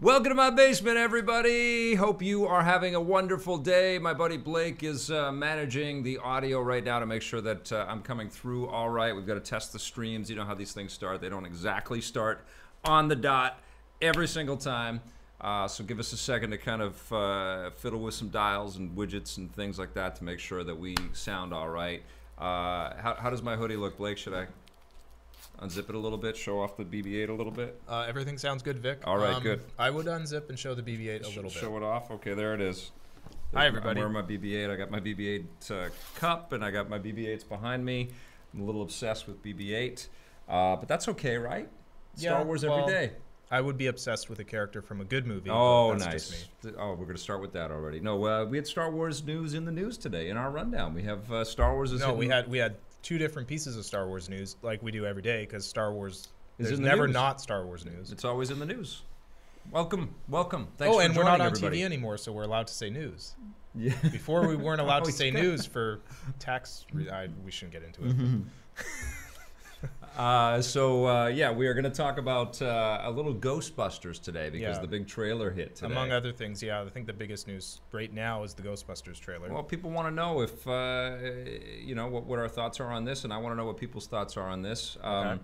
Welcome to my basement, everybody. Hope you are having a wonderful day. My buddy Blake is uh, managing the audio right now to make sure that uh, I'm coming through all right. We've got to test the streams. You know how these things start, they don't exactly start on the dot every single time. Uh, so give us a second to kind of uh, fiddle with some dials and widgets and things like that to make sure that we sound all right. Uh, how, how does my hoodie look, Blake? Should I unzip it a little bit, show off the BB-8 a little bit? Uh, everything sounds good, Vic. Um, All right, good. I would unzip and show the BB-8 a little bit. Show it off. Okay, there it is. Hi, everybody. I'm wearing my BB-8. I got my BB-8 uh, cup, and I got my BB-8s behind me. I'm a little obsessed with BB-8, uh, but that's okay, right? Star Yeah, Wars well, every day. I would be obsessed with a character from a good movie. but Oh, that's just nice. me. Th- Oh, we're gonna start with that already. No, uh, we had Star Wars news in the news today in our rundown. We have uh, Star Wars is No, hitting- we had we had two different pieces of Star Wars news, like we do every day, because Star Wars Is there's in the never news. not Star Wars news. It's always in the news. Welcome, welcome. Thanks Oh, for and we're joining, not on everybody. TV anymore, so we're allowed to say news. Yeah. Before we weren't allowed to Oh, say yeah. Mm-hmm. news for tax. Re- I, we shouldn't get into it. Uh, so uh, yeah, we are going to talk about uh, a little Ghostbusters today because Yeah. the big trailer hit today. Among other things, yeah, I think the biggest news right now is the Ghostbusters trailer. well, people want to know if uh, you know what, what our thoughts are on this, and I want to know what people's thoughts are on this. Um, Okay.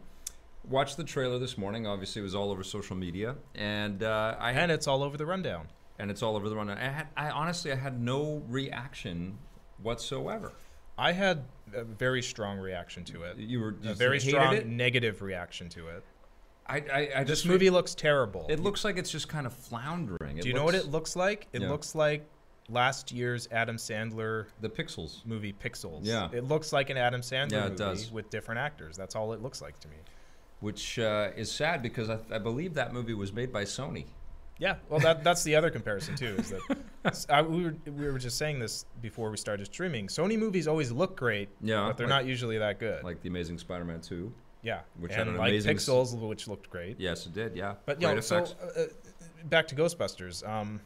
Watched the trailer this morning. Obviously, it was all over social media, and uh, I had and it's all over the rundown. and it's all over the run. I, had, I honestly, I had no reaction whatsoever. I had a very strong reaction to it. You were you a very hated strong It? negative reaction to it. I, I, I This just movie looks terrible. It looks like it's just kind of floundering. Do you know what it looks like? It Yeah. looks like last year's Adam Sandler The pixels. movie Pixels. Yeah. It looks like an Adam Sandler Yeah, it movie does. with different actors. That's all it looks like to me. which uh, is sad because I, I believe that movie was made by Sony. Yeah. Well, that that's the other comparison too. Is that s- I- we were we were just saying this before we started streaming. Sony movies always look great, Yeah, but they're like- not usually that good. like the Amazing Spider-Man 2. yeah. which had and an like amazing s- Pixels, which looked great. Yes, it did. Yeah, But great yeah, so effects. uh, uh, back to Ghostbusters. Um,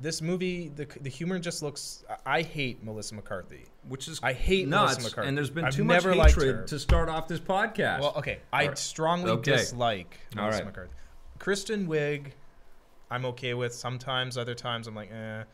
this movie, the the humor just looks. I, I hate Melissa McCarthy. which is I hate nuts. Melissa McCarthy. And there's been I've too much never liked hatred her. to start off this podcast. Well, uh, okay, I right. strongly Okay. dislike All Melissa right. McCarthy. Kristen Wiig, I'm okay with sometimes. Other times, I'm like, eh.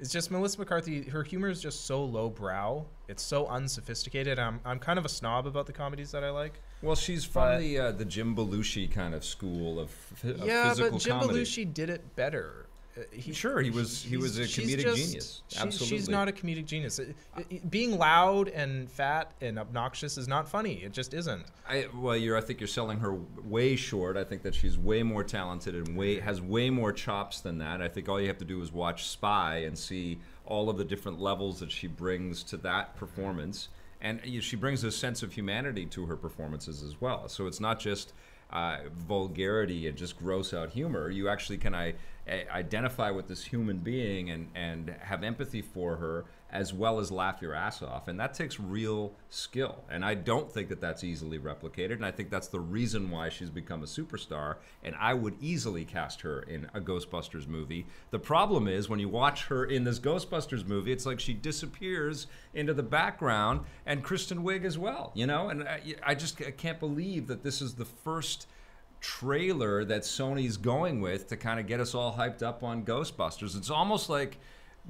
It's just Melissa McCarthy. Her humor is just so lowbrow. It's so unsophisticated. I'm I'm kind of a snob about the comedies that I like. well, she's from but- the uh, the Jim Belushi kind of school of, f- of yeah, physical but Jim comedy. Belushi did it better. Uh, He, Sure, he was- he he's- was a she's comedic genius. she- she's Absolutely. not a comedic genius. It- it- being loud and fat and obnoxious is not funny. It just isn't. I, well, you're. I think you're selling her way short. I think that she's way more talented and way has way more chops than that. I think all you have to do is watch Spy and see all of the different levels that she brings to that performance, and you know, she brings a sense of humanity to her performances as well. So it's not just uh, vulgarity and just gross out humor. You actually can I, I identify with this human being and and have empathy for her as well as laugh your ass off, and that takes real skill. And I don't think that that's easily replicated. And I think that's the reason why she's become a superstar. And I would easily cast her in a Ghostbusters movie. The problem is when you watch her in this Ghostbusters movie, it's like she disappears into the background, and Kristen Wiig as well. You know, and I, I just I can't believe that this is the first trailer that Sony's going with to kind of get us all hyped up on Ghostbusters. It's almost like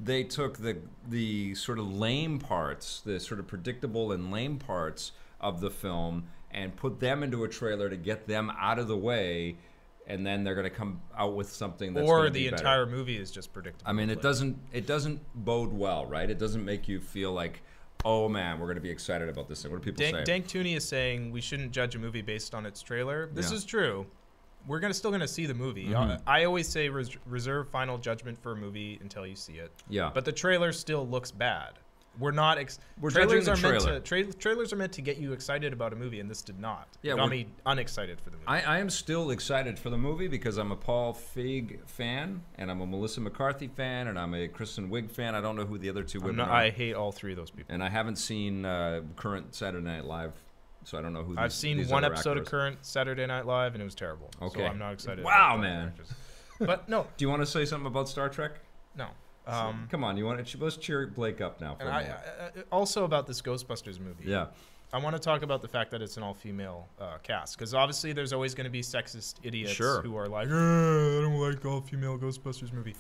they took the the sort of lame parts, the sort of predictable and lame parts of the film and put them into a trailer to get them out of the way and then they're going to come out with something that's or gonna the be better. entire movie is just predictable. I mean, it Like, doesn't it doesn't bode well, right? It doesn't make you feel like, "Oh man, we're going to be excited about this thing." What do people say? Dank, Dank Tooney is saying we shouldn't judge a movie based on its trailer. This Yeah. is true. We're gonna still gonna see the movie. Mhm. I, I always say res- reserve final judgment for a movie until you see it. yeah. But the trailer still looks bad. We're not. Ex- We're judging trailers the are trailer. meant to. Tra- trailers are meant to get you excited about a movie, and this did not. Yeah, it got we're- me unexcited for the movie. I, I am still excited for the movie because I'm a Paul Feig fan, and I'm a Melissa McCarthy fan, and I'm a Kristen Wiig fan. I don't know who the other two I'm women not- are, I hate all three of those people. and I haven't seen uh, current Saturday Night Live, so I don't know who. These, I've seen these one other episode actors. of Current Saturday Night Live, and it was terrible. Okay. So I'm not excited. Wow, about the man. actors. But no, Do you want to say something about Star Trek? no. Um, Come on, you want to, let's cheer Blake up now for And a I, moment. I, I- also about this Ghostbusters movie. yeah, I want to talk about the fact that it's an all-female uh, cast because obviously there's always going to be sexist idiots Sure. who are like, "Eh, I don't like all-female Ghostbusters movie.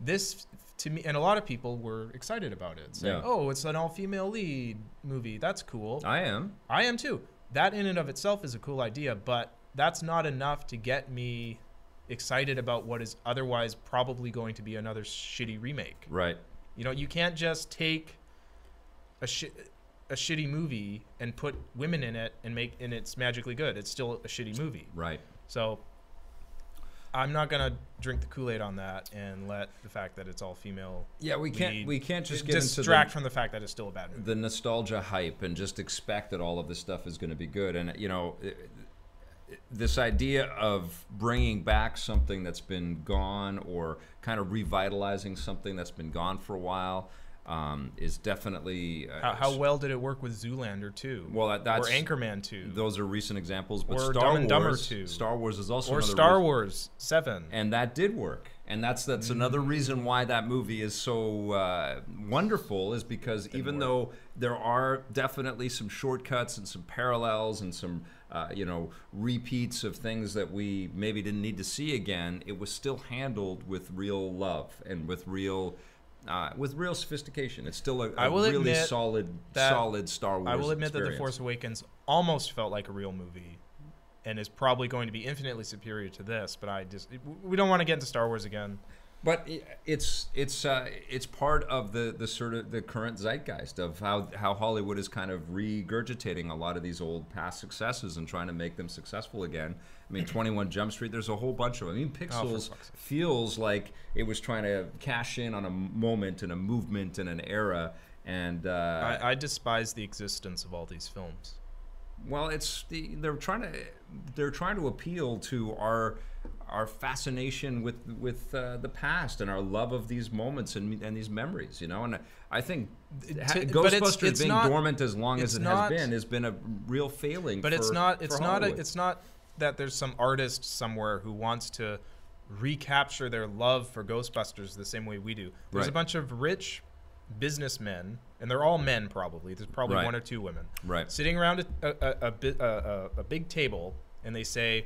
This to me, and a lot of people were excited about it, saying, Yeah. "Oh, it's an all-female lead movie. That's cool." I am. I am too. That in and of itself is a cool idea, but that's not enough to get me excited about what is otherwise probably going to be another shitty remake. Right. You know, you can't just take a shi- a shitty movie and put women in it and make and it's magically good. It's still a shitty movie. Right. So I'm not gonna drink the Kool Aid on that and let the fact that it's all female Yeah, we can't. lead We can't just get into distract the, from the fact that it's still a bad movie. the nostalgia hype and just expect that all of this stuff is going to be good. And you know, i- i- this idea of bringing back something that's been gone or kind of revitalizing something that's been gone for a while um, is definitely uh, How, how well did it work with Zoolander too? Well, that- that's- or Anchorman two. Those are recent examples, but Or Star Dumb Wars, and Dumber 2. Star Wars is also or another Star re- Wars Seven. and that did work. And that's that's Mm-hmm. another reason why that movie is so uh, wonderful is because even though there are definitely some shortcuts and some parallels and some uh, you know repeats of things that we maybe didn't need to see again, it was still handled with real love and with real. Uh, with real sophistication, it's still a, a I will really admit solid, that- solid Star Wars. I will admit that The experience. Force Awakens almost felt like a real movie, and is probably going to be infinitely superior to this. But I just we don't want to get into Star Wars again. But i- it's it's uh, it's part of the, the sort of the current zeitgeist of how, how Hollywood is kind of regurgitating a lot of these old past successes and trying to make them successful again. I mean, Twenty One Jump Street. There's a whole bunch of them. I mean, Pixels Oh, fuck's sake. feels like it was trying to cash in on a moment and a movement and an era. And uh, I, I despise the existence of all these films. well, it's the, they're trying to they're trying to appeal to our our fascination with with uh, the past and our love of these moments and and these memories, you know. And I think It- ha- to- but Ghostbusters it's- it's being not- dormant as long as it's it not- has been has been a real failing. But it's for- not for it's not a, Hollywood. it's not that there's some artist somewhere who wants to recapture their love for Ghostbusters the same way we do. There's a Right. bunch of rich businessmen, and they're all men probably. There's probably Right. one or two women. right. sitting around a, a, a, bi- a, a, a big table and they say,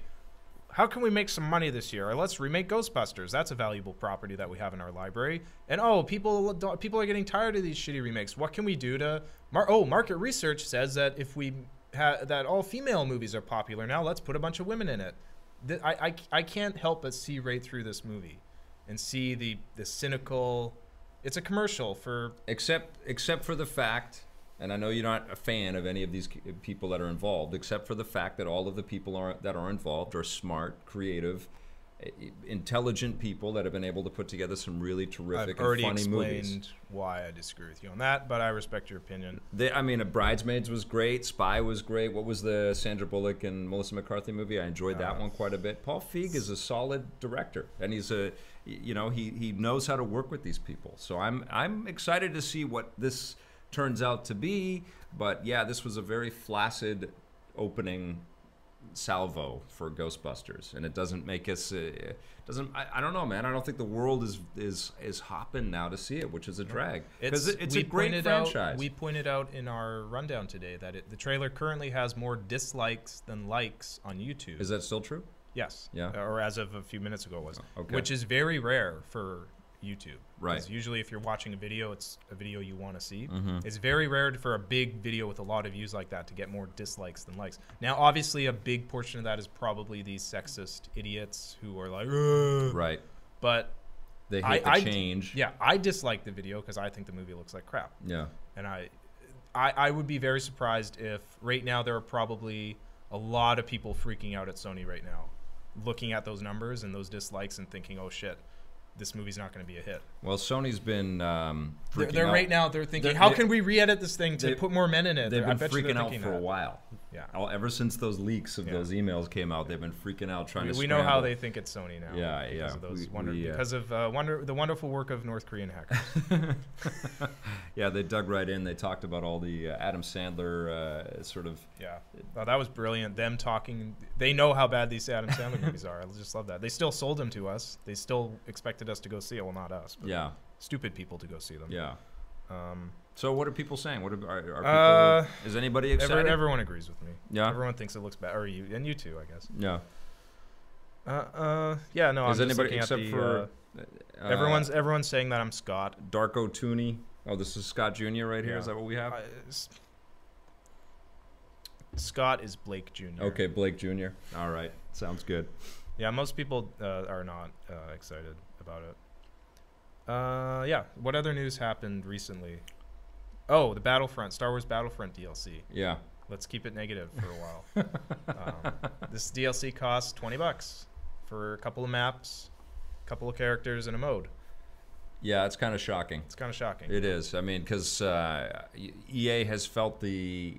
how can we make some money this year? Or let's remake Ghostbusters. That's a valuable property that we have in our library. And oh, people don't- people are getting tired of these shitty remakes. What can we do to mar- Oh, market research says that if we ha- that all female movies are popular now, let's put a bunch of women in it. Th- I, I, I can't help but see right through this movie and see the the cynical it's a commercial for Except except for the fact, and I know you're not a fan of any of these c- people that are involved, except for the fact that all of the people are, that are involved are smart, creative. i- i- Intelligent people that have been able to put together some really terrific I've already and funny explained movies. why I disagree with you on that, but I respect your opinion. They, I mean, Bridesmaids was great. Spy was great. What was the Sandra Bullock and Melissa McCarthy movie? I enjoyed that Uh, one quite a bit. Paul Feig is a solid director, and he's a, you know, he he knows how to work with these people. So I'm I'm excited to see what this turns out to be. But yeah, this was a very flaccid opening salvo for Ghostbusters, and it doesn't make us. Uh, doesn't I, I don't know, man. I don't think the world is is is hopping now to see it, which is a drag because it's, we a great pointed franchise. Out, we pointed out in our rundown today that it, the trailer currently has more dislikes than likes on YouTube. Is that still true? yes. Uh, Yeah. Oh, Or as of a few minutes ago it was. Okay. Which is very rare for YouTube. 'Cause Right. Usually if you're watching a video, it's a video you want to see. Mm-hmm. It's very rare for a big video with a lot of views like that to get more dislikes than likes. Now obviously a big portion of that is probably these sexist idiots who are like "Ugh," Right. but They I- hate the I- change. Yeah, I dislike the video because I think the movie looks like crap, Yeah. and I, I, I would be very surprised if right now there are probably a lot of people freaking out at Sony right now, looking at those numbers and those dislikes and thinking, oh shit, this movie's not going to be a hit. Well, Sony's been um, They're, freaking they're out. right now they're thinking, They're- how they- can we re-edit this thing to they- put more men in it? They've They're- I been bet you they're freaking out thinking for a that. while. Yeah, All, ever since those leaks of Yeah. those emails came out, they've been freaking out trying we, to. we know how scramble. they think it's Sony now. Yeah, because yeah, Of those we- wonder, we, uh, because of uh, wonder, the wonderful work of North Korean hackers. Yeah, they dug right in. They talked about all the uh, Adam Sandler uh, sort of. Yeah. Oh, that was brilliant. Them talking. They know how bad these Adam Sandler movies are. I just love that. They still sold them to us. They still expected us to go see it. Well, not us, but Yeah. stupid people to go see them. Yeah. Um, So what are people saying? What are, are, are Uh, people? is anybody excited? every, everyone agrees with me. yeah. Everyone thinks it looks bad, or you and you too, I guess. yeah. Uh, uh, yeah, no. Is I'm anybody just except looking at the, for uh, everyone's everyone's saying that I'm Scott. Darko Tooney? Oh, this is Scott Jr. right here. Is Yeah. that what we have? I- s- Scott is Blake Jr. Okay, Blake Jr. All right, sounds good. Yeah, most people uh, are not uh, excited about it. Uh, yeah. What other news happened recently? Oh, the Battlefront, Star Wars Battlefront DLC. Yeah. Let's keep it negative for a while. um, this DLC costs twenty bucks for a couple of maps, a couple of characters, and a mode. Yeah, it's kind of shocking. It's kind of shocking. It is. I mean, because uh, EA has felt the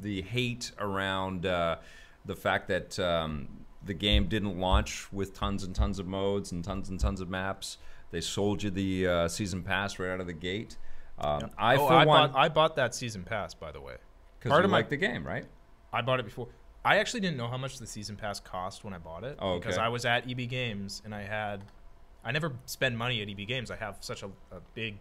the hate around uh, the fact that um, the game didn't launch with tons and tons of modes and tons and tons of maps. They sold you the uh, season pass right out of the gate. Um, I, oh, for I one, bought I bought that season pass by the way. because part you of my- like the game, right? I bought it before. I actually didn't know how much the season pass cost when I bought it Oh, because okay. I was at EB Games and I had I never spend money at EB Games. I have such a, a big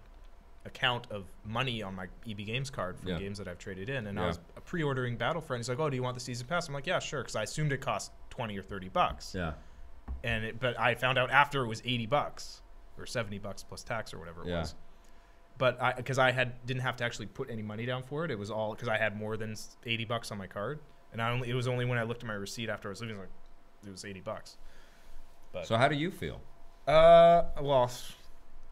account of money on my EB Games card from Yeah. games that I've traded in and Yeah. I was pre-ordering Battlefront. He's like, "Oh, do you want the season pass?" I'm like, "Yeah, sure," cuz I assumed it cost 20 or 30 bucks. Yeah. And it, but I found out after it was 80 bucks or 70 bucks plus tax or whatever it Yeah. was. But I cuz I had didn't have to actually put any money down for it. It was all cuz I had more than s- 80 bucks on my card. And I only it was only when I looked at my receipt after I was leaving like it was 80 bucks. But So how do you feel? uh, well,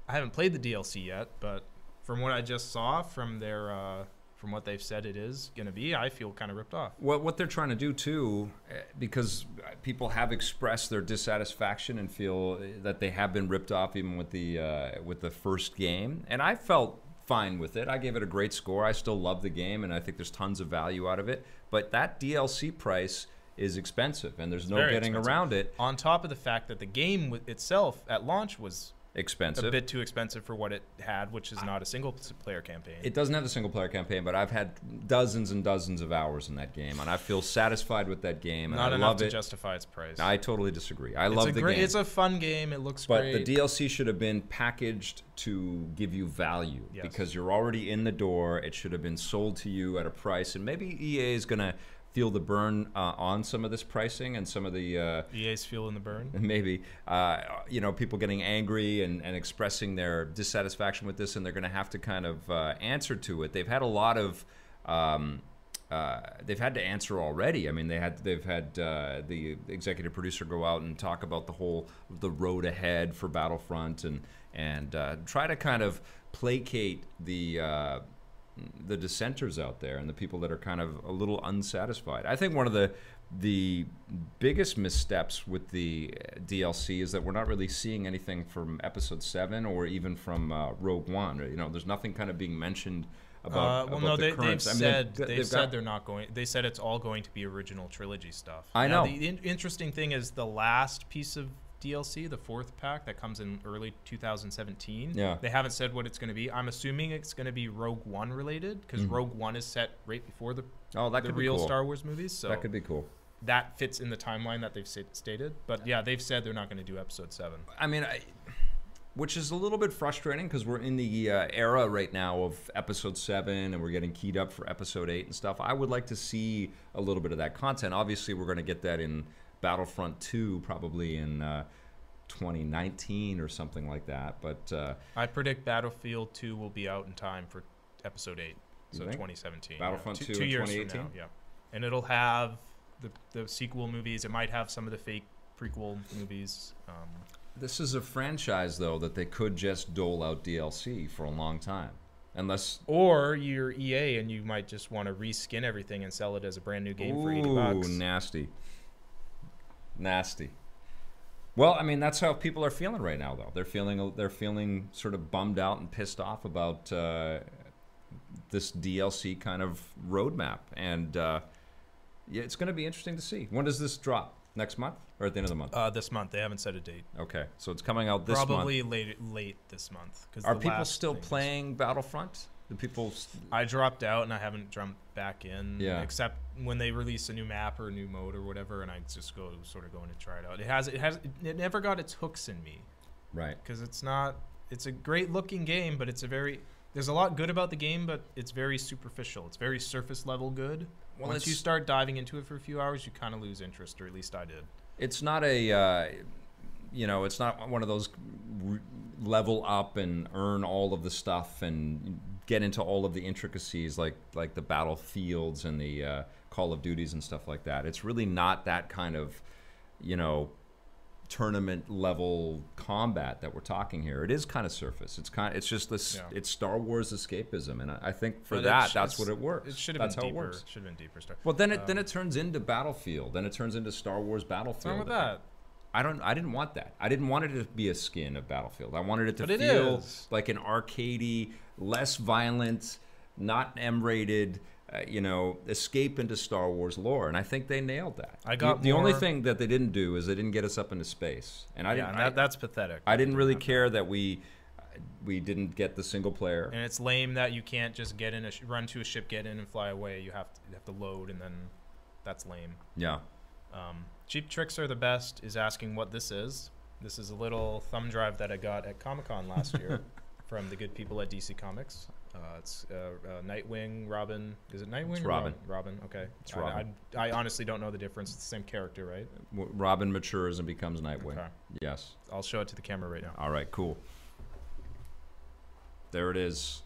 I haven't played the DLC yet, but from what I just saw from their uh, from what they've said it is gonna be, I feel kind of ripped off. Well, what they're trying to do too, eh, because uh, people have expressed their dissatisfaction and feel eh, that they have been ripped off, even with the uh, with the first game. And I felt fine with it. I gave it a great score. I still love the game, and I think there's tons of value out of it. But that DLC price is expensive, and there's no very getting expensive. around it. On top of the fact that the game w- itself at launch was a Expensive. bit too expensive for what it had, which is not a single s- player campaign. It doesn't have the single player campaign, but I've had dozens and dozens of hours in that game, and I feel satisfied with that game. And not I enough love to it. justify its price. I totally disagree. I it's love a the great, game. It's a fun game. It looks But great. the DLC should have been packaged to give you value Yes. because you're already in the door. It should have been sold to you at a price, and maybe EA is going to feel the burn uh, on some of this pricing and some of the uh, EA's fueling the burn. maybe uh, you know people getting angry and, and expressing their dissatisfaction with this and they're going to have to kind of uh, answer to it they've had a lot of um, uh, they've had to answer already. I mean, they had they've had uh, the executive producer go out and talk about the whole the road ahead for Battlefront and and uh, try to kind of placate the uh, the dissenters out there and the people that are kind of a little unsatisfied. I think one of the the biggest missteps with the uh, DLC is that we're not really seeing anything from Episode Seven or even from uh, Rogue One. You know, there's nothing kind of being mentioned Uh, about. well, about no, the they, current- they've I mean, they've- said they've, they've said got- they're not going. They said it's all going to be original trilogy stuff. I Now, know. The in- interesting thing is the last piece of DLC, the fourth pack that comes in early 2017. Yeah. They haven't said what it's going to be. I'm assuming it's going to be Rogue One related because Mhm. Rogue One is set right before the, Oh, that the could be real cool. Star Wars movies, so That that, could be cool. fits in the timeline that they've sta- stated. But yeah, they've said they're not going to do Episode Seven. I mean, I, which is a little bit frustrating because we're in the uh, era right now of episode seven and we're getting keyed up for episode eight and stuff. I would like to see a little bit of that content. Obviously, we're going to get that in Battlefront 2 probably in uh, 2019 or something like that. But uh, I predict Battlefield Two will be out in time for Episode Eight, You so think? 2017. Battlefront yeah. 2 in years from 2018? now, yeah, and it'll have the the sequel movies. It might have some of the fake prequel movies. Um, this is a franchise, though, that they could just dole out DLC for a long time. Unless or you're EA and you might just want to reskin everything and sell it as a brand new game for 80 bucks. nasty. Nasty. Well, I mean, that's how people are feeling right now, though. They're feeling they're feeling sort of bummed out and pissed off about uh, this DLC kind of roadmap, and uh, yeah, it's going to be interesting to see. When does this drop? Next month or at the end of the month? Uh, this month they haven't set a date. Okay, so it's coming out this month. Probably late late this month. 'cause Are the people last still thing is- playing Battlefront? The people, s- I dropped out and I haven't jumped back in. Yeah. Except when they release a new map or a new mode or whatever, and I just go sort of going to try it out. It has it has it never got its hooks in me right? because it's not. It's a great looking game, but it's a very there's a lot good about the game, but it's very superficial. It's very surface level good. Well, Once you it's- start diving into it for a few hours, you kind of lose interest, or at least I did. it's not a uh, you know it's not one of those r- level up and earn all of the stuff and get into all of the intricacies like like the battlefields and the uh, call of duties and stuff like that it's really not that kind of you know tournament level combat that we're talking here it is kind of surface it's kind it's just this Yeah. it's star wars escapism and i, I think for But that it's- that's it's- what it works It should have that's been how deeper. it works Should have been deeper stuff. well then it then it turns into battlefield then it turns into star wars battlefield What's wrong with that? I don't. I didn't want that. I didn't want it to be a skin of Battlefield. I wanted it to But it feel is. like an arcadey, less violent, not M-rated. Uh, you know, escape into Star Wars lore, and I think they nailed that. I got the, the only more- thing that they didn't do is they didn't get us up into space, and I yeah, didn't. and that, that's pathetic. I, I didn't really care that we we didn't get the single player. And it's lame that you can't just get in a sh- run to a ship, get in and fly away. You have to you have to load, and then that's lame. yeah, Um, Cheap Tricks Are the Best is asking what this is. This is a little thumb drive that I got at Comic Con last year from the good people at DC Comics. Uh, it's uh, uh, Nightwing, Robin. Is it Nightwing? It's or Robin. Robin. Okay. It's I- Robin. I, I honestly don't know the difference. It's the same character, right? W- Robin matures and becomes Nightwing. Okay. Yes. I'll show it to the camera right now. All right. Cool. There it is.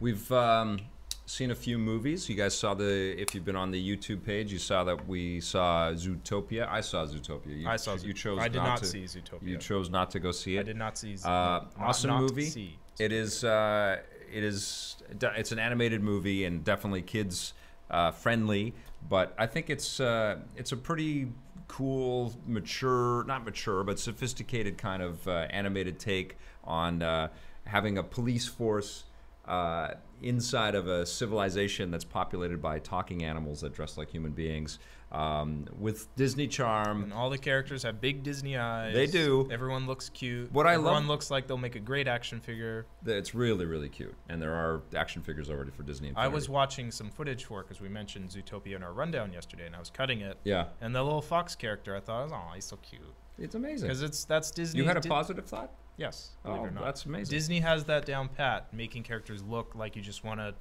We've um, seen a few movies. You guys saw the, if you've been on the YouTube page, you saw that we saw Zootopia. I saw Zootopia. You, I saw. You Zoot- chose I did not, not, to, see Zootopia. You chose not to go see I it. did not see. Z- Uh, not- awesome not movie. see It is. Uh, it is. It's an animated movie and definitely kids uh, friendly. But I think it's uh, it's a pretty cool, mature, not mature, but sophisticated kind of uh, animated take on uh, having a police force. Uh, inside of a civilization that's populated by talking animals that dress like human beings, um, with Disney charm, And all the characters have big Disney eyes. They do. Everyone looks cute. What I Everyone love- looks like they'll make a great action figure. Th- It's really, really cute, and there are action figures already for Disney. I was Infinity. watching some footage for because we mentioned Zootopia in our rundown yesterday, and I was cutting it. Yeah, And the little fox character, I thought, oh, he's so cute it's amazing. because it's that's Disney. You had a Di- positive thought? Yes, believe Oh, it or not. that's amazing. Disney has that down pat, making characters look like you just want to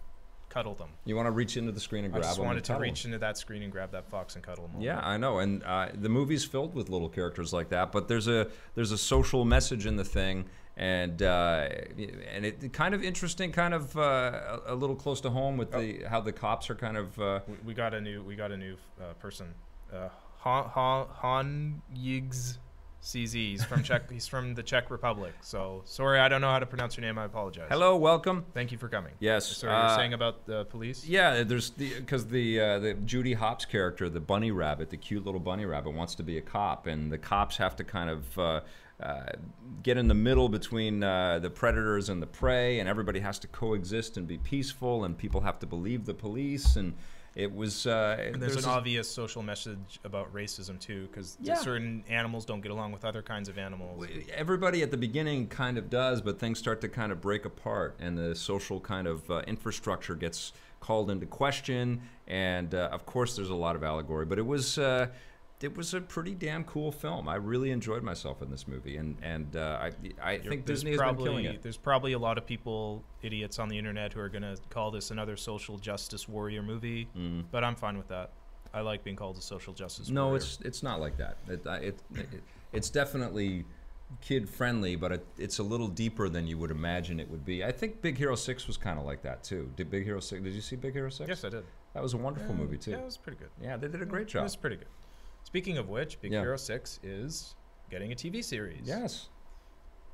cuddle them. You want to reach into the screen and I grab just them wanted and to cuddle reach into that screen and grab that fox and cuddle him. them. Yeah, I know, and uh, the movie's filled with little characters like that. But there's a there's a social message in the thing, and uh, and it kind of interesting, kind of uh, a a little close to home Oh. with the how the cops are kind of. Uh, We, we got a new we got a new uh, person. Uh, Han Han Han Yigs CZ. He's from Czech. he's from the Czech Republic. So sorry, I don't know how to pronounce your name. I apologize. hello, welcome. Thank you for coming. Yes, So you were uh, saying about the police? Yeah, there's the because the uh, the Judy Hopps character, the bunny rabbit, the cute little bunny rabbit, wants to be a cop, and the cops have to kind of. Uh, uh, get in the middle between uh, the predators and the prey, and everybody has to coexist and be peaceful, and people have to believe the police. And it was uh, And there's, there's an this- obvious social message about racism too, because Yeah. certain animals don't get along with other kinds of animals. everybody at the beginning kind of does, but things start to kind of break apart, and the social kind of uh, infrastructure gets called into question. And uh, of course, there's a lot of allegory, but it was uh, it was a pretty damn cool film. I really enjoyed myself in this movie, and and uh, I I You're- think there's Disney has been probably, killing it. There's probably a lot of people, idiots on the internet, who are gonna call this another social justice warrior movie. Mm. But I'm fine with that. I like being called a social justice. No, warrior. it's it's not like that. It, I- it, it it's definitely kid friendly, but it, it's a little deeper than you would imagine it would be. I think Big Hero Six was kind of like that too. Did Big Hero Six? Did you see Big Hero Six? yes, I did. That was a wonderful Yeah, movie too. Yeah, it was pretty good. Yeah, they did a great It job. was pretty good. Speaking of which, Big Yeah. Hero Six is getting a TV series. Yes.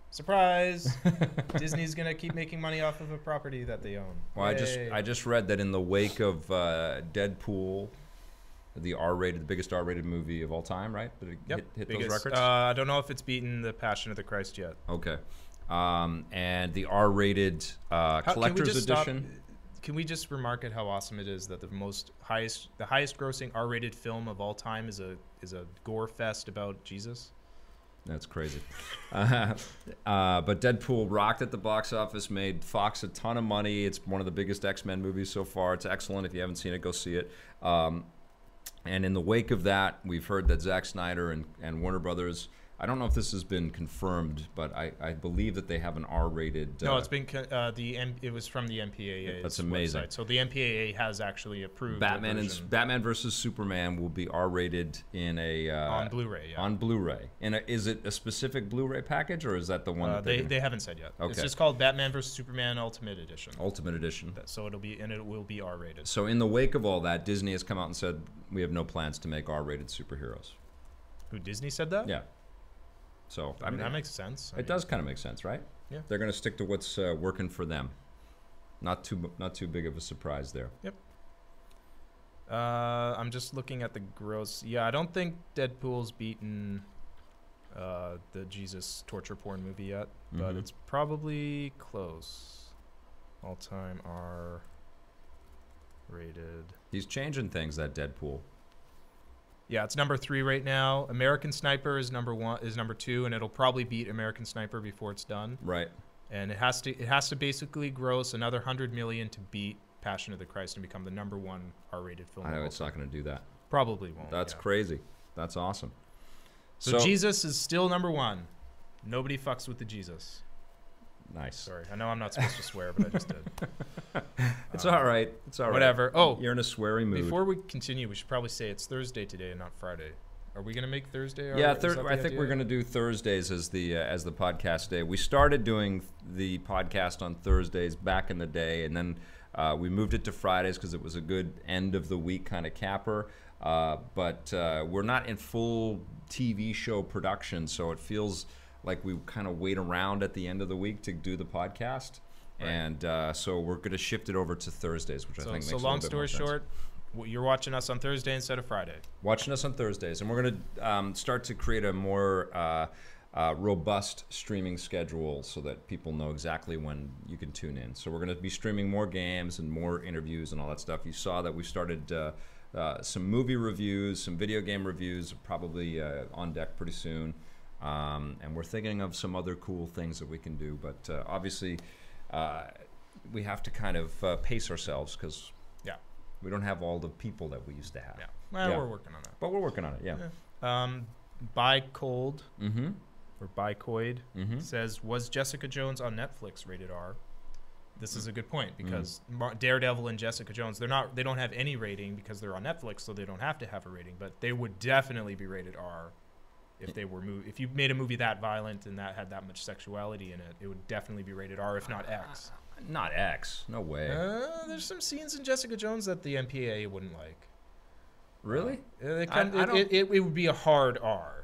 Surprise! Disney's gonna keep making money off of a property that they own. Well, I just Yay. I just read that in the wake of uh, Deadpool, the R-rated, the biggest R-rated movie of all time, right? Did it Yep, hit, hit biggest- those records? Uh, I don't know if it's beaten the Passion of the Christ yet. okay. Um, and the R-rated uh, How- can we collector's just stop- edition. can we just remark at how awesome it is that the most highest, the highest grossing R-rated film of all time is a is a gore fest about Jesus? That's crazy. uh, uh, but Deadpool rocked at the box office, made Fox a ton of money. It's one of the biggest X Men movies so far. It's excellent. If you haven't seen it, go see it. Um, and in the wake of that, we've heard that Zack Snyder and, and Warner Brothers I don't know if this has been confirmed, but I, I believe that they have an R-rated. No, it's been co- uh, the M- it was from the MPAA. That's amazing. Website. So the MPAA has actually approved a Batman and version Batman versus Superman will be R-rated in a uh, on Blu-ray. Yeah. on Blu-ray. And uh, is it a specific Blu-ray package, or is that the one uh, that they're they, gonna- they haven't said yet. It's Okay. Oh. just called Batman vs Superman Ultimate Edition. Ultimate Edition? That- So it'll be and it will be R rated. So in the wake of all that, Disney has come out and said we have no plans to make R-rated superheroes. Who Disney said that? Yeah. So I mean, I Oh. that mean makes sense. it I mean, does kind of make sense, right? Yeah. They're going to stick to what's uh, working for them. Not too mu- not too big of a surprise there. Uh, I'm just looking at the gross. Yeah, I don't think Deadpool's beaten uh, the Jesus torture porn movie yet, but Mhm. it's probably close. All time R rated. He's changing things. That Deadpool. Yeah, it's number three right now. American Sniper is number one is number two, and it'll probably beat American Sniper before it's done. Right. And it has to it has to basically gross another hundred million to beat Passion of the Christ and become the number one R rated film. I of know all it's time. not going to do that. Probably won't. That's Oh, yeah. crazy. That's awesome. So, Jesus is still number one. Nobody fucks with the Jesus. Nice. Sorry, I know I'm not supposed to swear, but I just did. It's Um, all right. It's all right. Whatever. Oh, You're in a sweary mood. before we continue, we should probably say it's Thursday today and not Friday. Are we gonna make Thursday? Our, yeah, is thir- that the I think idea? we're going to do Thursdays as the uh, as the podcast day. We started doing the podcast on Thursdays back in the day, and then uh, we moved it to Fridays because it was a good end of the week kind of capper. Uh, but uh, we're not in full TV show production, so it feels like we kind of wait around at the end of the week to do the podcast. Right. And uh, so we're going to shift it over to Thursdays, which I So, think so makes a long little bit more story sense short, w- you're watching us on Thursday instead of Friday. watching us on Thursdays, and we're going to um, start to create a more uh, uh, robust streaming schedule so that people know exactly when you can tune in. So we're going to be streaming more games and more interviews and all that stuff. You saw that we started. Uh, uh, some movie reviews, some video game reviews, probably uh, on deck pretty soon, um, and we're thinking of some other cool things that we can do. But uh, obviously, uh, we have to kind of uh, pace ourselves because Yeah. we don't have all the people that we used to have. Yeah. Well, Yeah. we're working on that. But we're working on it, yeah. Um, by cold Mm-hmm. or by coid Mm-hmm. says was Jessica Jones on Netflix rated R? This is a good point Hmm. because Mar- Daredevil and Jessica Jones they're not they don't have any rating because they're on Netflix so they don't have to have a rating but they would definitely be rated R if they were mov- if you made a movie that violent and that had that much sexuality in it it would definitely be rated R if not X. Not X. No way. Uh, there's some scenes in Jessica Jones that the MPAA wouldn't like. really? Uh, they I- kind- I it- don't- it, it, it would be a hard R.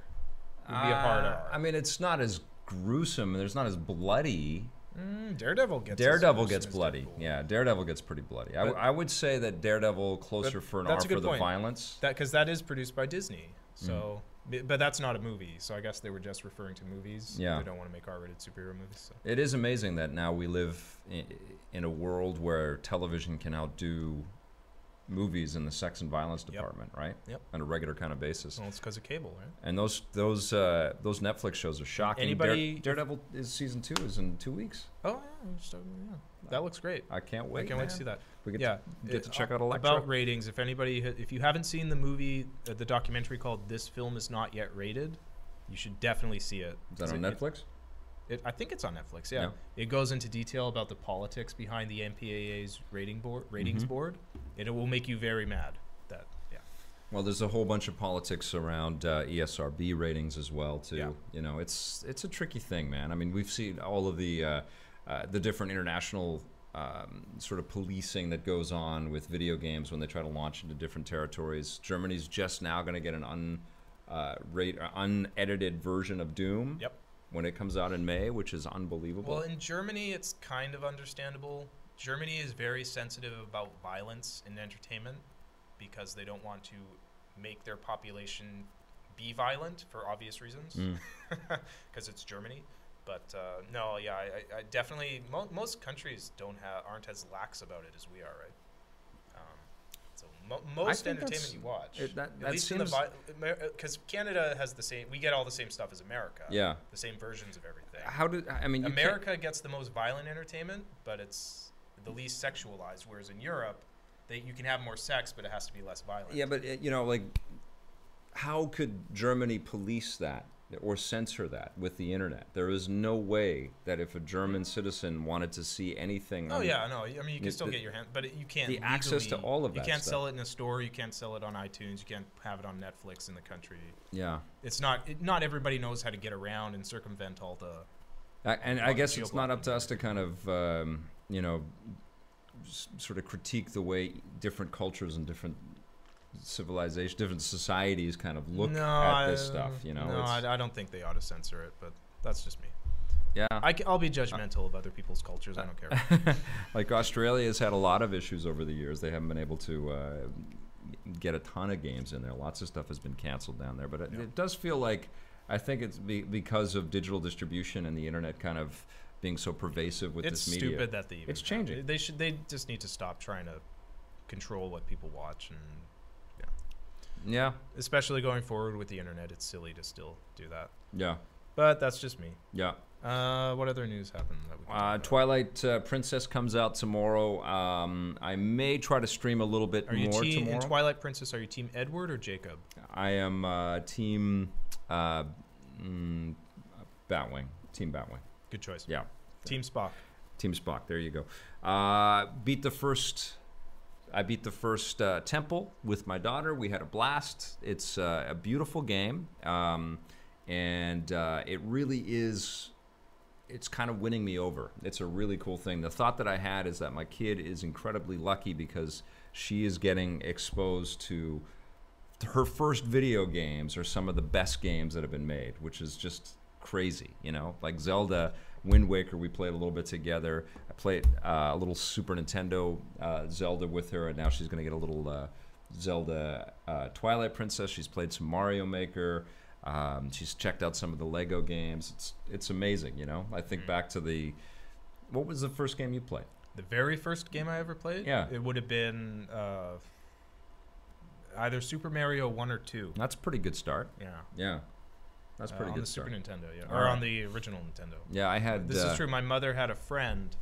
It would be a hard Uh, R. I mean, it's not as gruesome. There's not as bloody. Mm, Daredevil gets as Daredevil gruesome gets as bloody. Deadpool. Yeah, Daredevil gets pretty bloody. I, w- But- I would say that Daredevil closer for an R that's a for good the point. violence. That because that is produced by Disney. Mm. So, bi- but that's not a movie. So I guess they were just referring to movies. Yeah. They don't want to make R-rated superhero movies. So. It is amazing that now we live in, in a world where television can outdo movies in the sex and violence Yep. department, right? Yep. On a regular kind of basis. Well, it's because of cable, right? And those those uh, those Netflix shows are shocking. Dare- Anybody- Daredevil is season two is in two weeks. Oh yeah, I'm just, uh, yeah. That looks great. I can't wait. I can't wait to see that. We get yeah. to, get Uh, to check out Electra. About ratings, if anybody, ha- if you haven't seen the movie, uh, the documentary called "This Film Is Not Yet Rated," you should definitely see it. Is that 'Cause on it- Netflix? It, I think it's on Netflix. Yeah. it goes into detail about the politics behind the MPAA's rating board, ratings Mhm. board, and it will make you very mad. That yeah, Well, there's a whole bunch of politics around uh, ESRB ratings as well, too. Yeah. You know, it's it's a tricky thing, man. I mean, we've seen all of the uh, uh, the different international um, sort of policing that goes on with video games when they try to launch into different territories. Germany's just now going to get an un uh, rate uh, unedited version of Doom. Yep. When it comes out in May, which is unbelievable. Well, in Germany, it's kind of understandable. Germany is very sensitive about violence in entertainment because they don't want to make their population be violent for obvious reasons Mm. because it's Germany. But uh, no, yeah, I, I- I definitely mo- most countries don't have aren't as lax about it as we are, right? Um, so mo- most think entertainment that's- you watch, it- that- at that least seems- in the because Canada has the same, we get all the same stuff as America, yeah. the same versions of everything. How did I mean? You can't- America gets the most violent entertainment, but it's the least sexualized. Whereas in Europe, they, you can have more sex, but it has to be less violent. Yeah, but uh, you know, like, how could Germany police that? or censor that with the internet. There is no way that if a German citizen wanted to see anything, Oh on- yeah, no. I mean, you can the- still the- get your hand, but it, you can't. the access to legally- all of You that can't stuff. sell it in a store. You can't sell it on iTunes. You can't have it on Netflix in the country. yeah. It's not. It, not everybody knows how to get around and circumvent all the. I, and I Not guess it's not geoblocking. up to us to kind of, um, you know, s- sort of critique the way different cultures and different civilizations, different societies kind of look no, at this I- stuff. You know, No, It's- I, I don't think they ought to censor it, but that's just me. yeah. I, will be judgmental of other people's cultures. Uh, I don't care. like Australia's had a lot of issues over the years. They haven't been able to uh, get a ton of games in there. Lots of stuff has been canceled down there. But it, Yeah. it does feel like I think it's be, because of digital distribution and the internet kind of being so pervasive with it's this media. stupid that they. Even It's changing. They should. They just need to stop trying to control what people watch and Yeah, especially going forward with the internet it's silly to still do that yeah, but that's just me yeah. Uh, what other news happened? That we can Uh, talk about? Twilight uh, Princess comes out tomorrow. Um, I may try to stream a little bit Are you more team in tomorrow. Twilight Princess? Are you team Edward or Jacob? I am uh, team uh, mm, Batwing. Team Batwing. Good choice. Yeah. Team Spock. Team Spock. There you go. Uh, beat the first. I beat the first uh, temple with my daughter. We had a blast. It's uh, a beautiful game, um, and uh, it really is. It's kind of winning me over. It's a really cool thing. The thought that I had is that my kid is incredibly lucky because she is getting exposed to her first video games are some of the best games that have been made, which is just crazy, you know? Like Zelda, Wind Waker, we played a little bit together. I played uh, a little Super Nintendo uh, Zelda with her, and now she's going to get a little uh, Zelda uh, Twilight Princess. She's played some Mario Maker. Um, she's checked out some of the Lego games. It's it's amazing, you know. I Mm-hmm. think back to the what was the first game you played? The very first game I ever played. Yeah. It would have been uh, either Super Mario one or two. That's a pretty good start. Yeah. Yeah, that's a Uh, pretty on good the Super start. Nintendo, yeah, All or right. on the original Nintendo. yeah, I had This uh, is true. My mother had a friend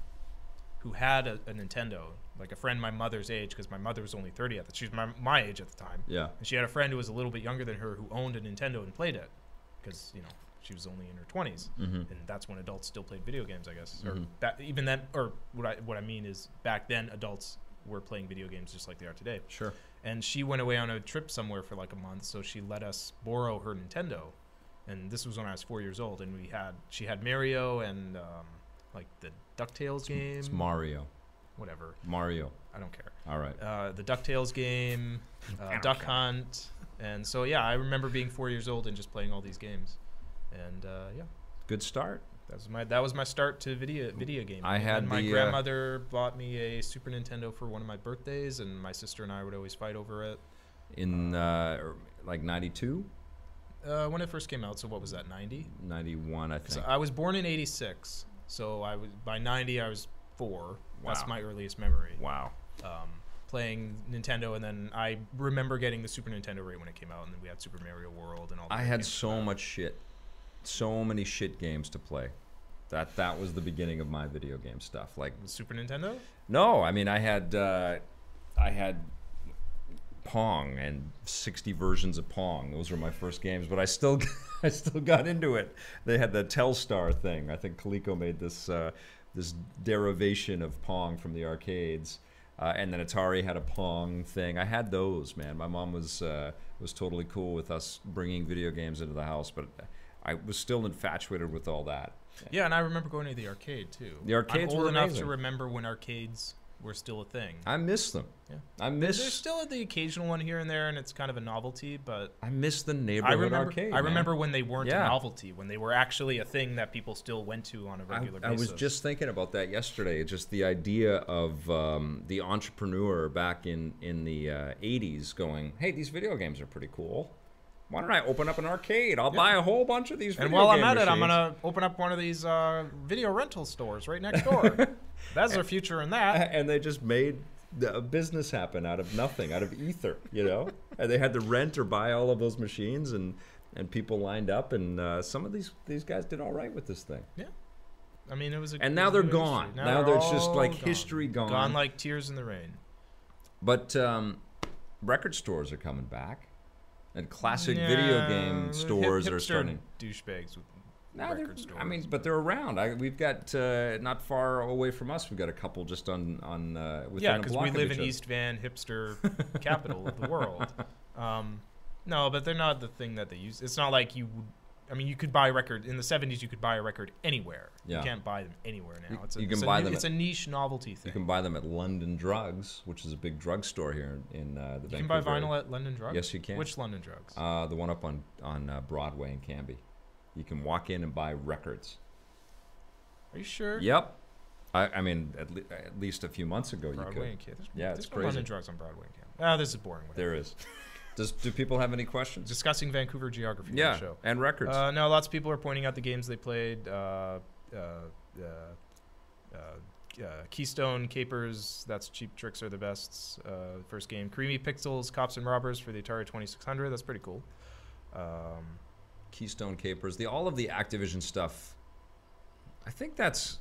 who had a, a Nintendo, like a friend my mother's age, because my mother was only thirty at the. She was my my age at the time. Yeah, And she had a friend who was a little bit younger than her who owned a Nintendo and played it because, you know, she was only in her 20s. hmm And that's when adults still played video games, I guess. Or Mhm. that, even then, or what I, what I mean is back then, adults were playing video games just like they are today. sure. And she went away on a trip somewhere for like a month, so she let us borrow her Nintendo. And this was when I was four years old, and we had she had Mario and um, like the Ducktales game, It's Mario. whatever. Mario. I don't care All right. uh, the Ducktales game, uh, Duck Hunt, and so yeah, I remember being four years old and just playing all these games, and uh, yeah, Good start. that was my that was my start to video video game. I and had then my the, uh, grandmother bought me a Super Nintendo for one of my birthdays, and my sister and I would always fight over it In uh, er, like 92, uh, when it first came out. So what was that, ninety? 91, I Because think. I was born in eighty six, so I was by ninety I was four. That's Wow. my earliest memory. wow. um, playing Nintendo, and then I remember getting the Super Nintendo right when it came out, and then we had Super Mario World and all. the I other had games. so much shit. So many shit games to play. That that was the beginning of my video game stuff. Like The Super Nintendo. no, I mean I had uh, I had Pong and 60 versions of Pong. Those were my first games, but I still I still got into it. They had the Telstar thing. I think Coleco made this uh, this derivation of Pong from the arcades. Uh, and then Atari had a Pong thing. I had those, man. My mom was uh, was totally cool with us bringing video games into the house, but I was still infatuated with all that. Yeah, and I remember going to the arcade too. The arcades I'm old were enough amazing. to remember when arcades were still a thing. I miss them. Yeah. I miss There's still the occasional one here and there, and it's kind of a novelty. But I miss the neighborhood I remember, arcade. I man. remember when they weren't Yeah. a novelty, when they were actually a thing that people still went to on a I, regular I basis. was just thinking about that yesterday. Just the idea of um, the entrepreneur back in in the uh, '80s going, "Hey, these video games are pretty cool. Why don't I open up an arcade? I'll buy a whole bunch of these." And video while I'm game at it, I'm machines." gonna open up one of these uh, video rental stores right next door. That's our future in that. And they just made the- a business happen out of nothing, out of ether, you know. and they had to rent or buy all of those machines, and and people lined up, and uh, some of these these guys did all right with this thing. I mean, it was. A, And it now was a they're good gone. industry. Now they're there's just, all like, history gone. Gone like tears in the rain. But um, record stores are coming back. And classic video game Yeah, stores hip- are hipster starting. douchebags with No, they're- record stores. I mean, but they're around. I, we've got uh, not far away from us. We've got a couple just on on uh, within yeah, a because block we of live each in other. East Van, hipster capital of the world. Um, no, but they're not the thing that they use. It's not like you. would- I mean, you could buy record in the '70s. You could buy a record anywhere. Yeah. You can't buy them anywhere now. You- It's a, you can it's a buy new- them It's a at- niche novelty thing. You can buy them at London Drugs, which is a big drugstore here in uh, the You Vancouver. can buy vinyl at London Drugs. Yes, you can. Which London Drugs? Uh, the one up on on uh, Broadway in Canby. You can walk in and buy records. Are you sure? Yep. I, I mean, at, le- at least a few months ago, you Broadway could. and Canada. There's, Yeah, there's it's no crazy. London Drugs on Broadway and Canada. Ah, this is boring. Whatever. There is. Does do people have any questions? Discussing Vancouver geography. on the Yeah, Show. and records. Uh, no, lots of people are pointing out the games they played. Uh, uh, uh, uh, uh, Keystone Capers, that's Cheap Tricks are the best. Uh, first game, Creamy Pixels, Cops and Robbers for the Atari 2600. That's pretty cool. Um, Keystone Capers, the all of the Activision stuff. I think that's,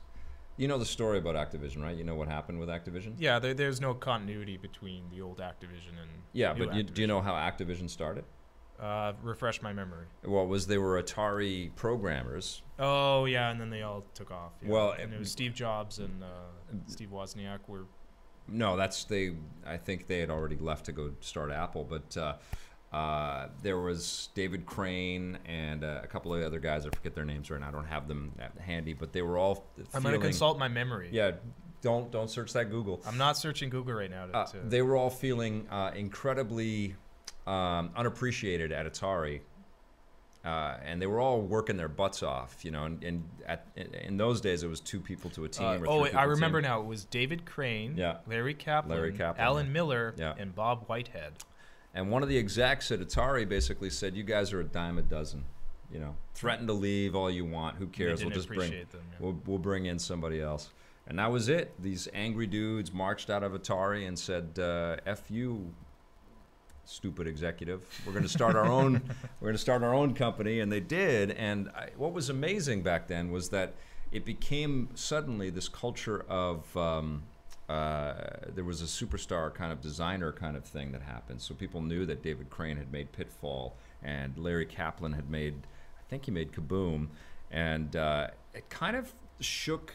you know, the story about Activision, right? You know what happened with Activision. yeah, there, there's no continuity between the old Activision and Yeah, new but you, do you Activision. know how Activision started? Uh, refresh my memory. Well, was they were Atari programmers. Oh yeah, and then they all took off. yeah. Well, and it- it was Steve Jobs and uh, Steve Wozniak were No, that's they. I think they had already left to go start Apple, but. Uh, uh, there was David Crane and uh, a couple of other guys. I forget their names right now. I don't have them at handy, but they were all. I'm going to feeling- consult my memory. Yeah, don't don't search that Google. I'm not searching Google right now to, Uh, to they were all feeling uh, incredibly um, unappreciated at Atari, uh, and they were all working their butts off. You know, and, and at, in those days it was two people to a team. or uh, Oh, three wait, people I to a remember team. now. It was David Crane, Yeah. Larry Kaplan, Larry Kaplan, Alan yeah. Miller, Yeah. and Bob Whitehead. And one of the execs at Atari basically said, "You guys are a dime a dozen." You know, threaten to leave all you want. Who They cares? didn't We'll just bring. appreciate them. yeah. We'll, we'll bring in somebody else. And that was it. These angry dudes marched out of Atari and said, uh, "F you, stupid executive. We're going to start our own. We're going to start our own company." And they did. And I, what was amazing back then was that it became suddenly this culture of. Um, uh, there was a superstar kind of designer kind of thing that happened. So people knew that David Crane had made Pitfall and Larry Kaplan had made, I think he made Kaboom. And uh, it kind of shook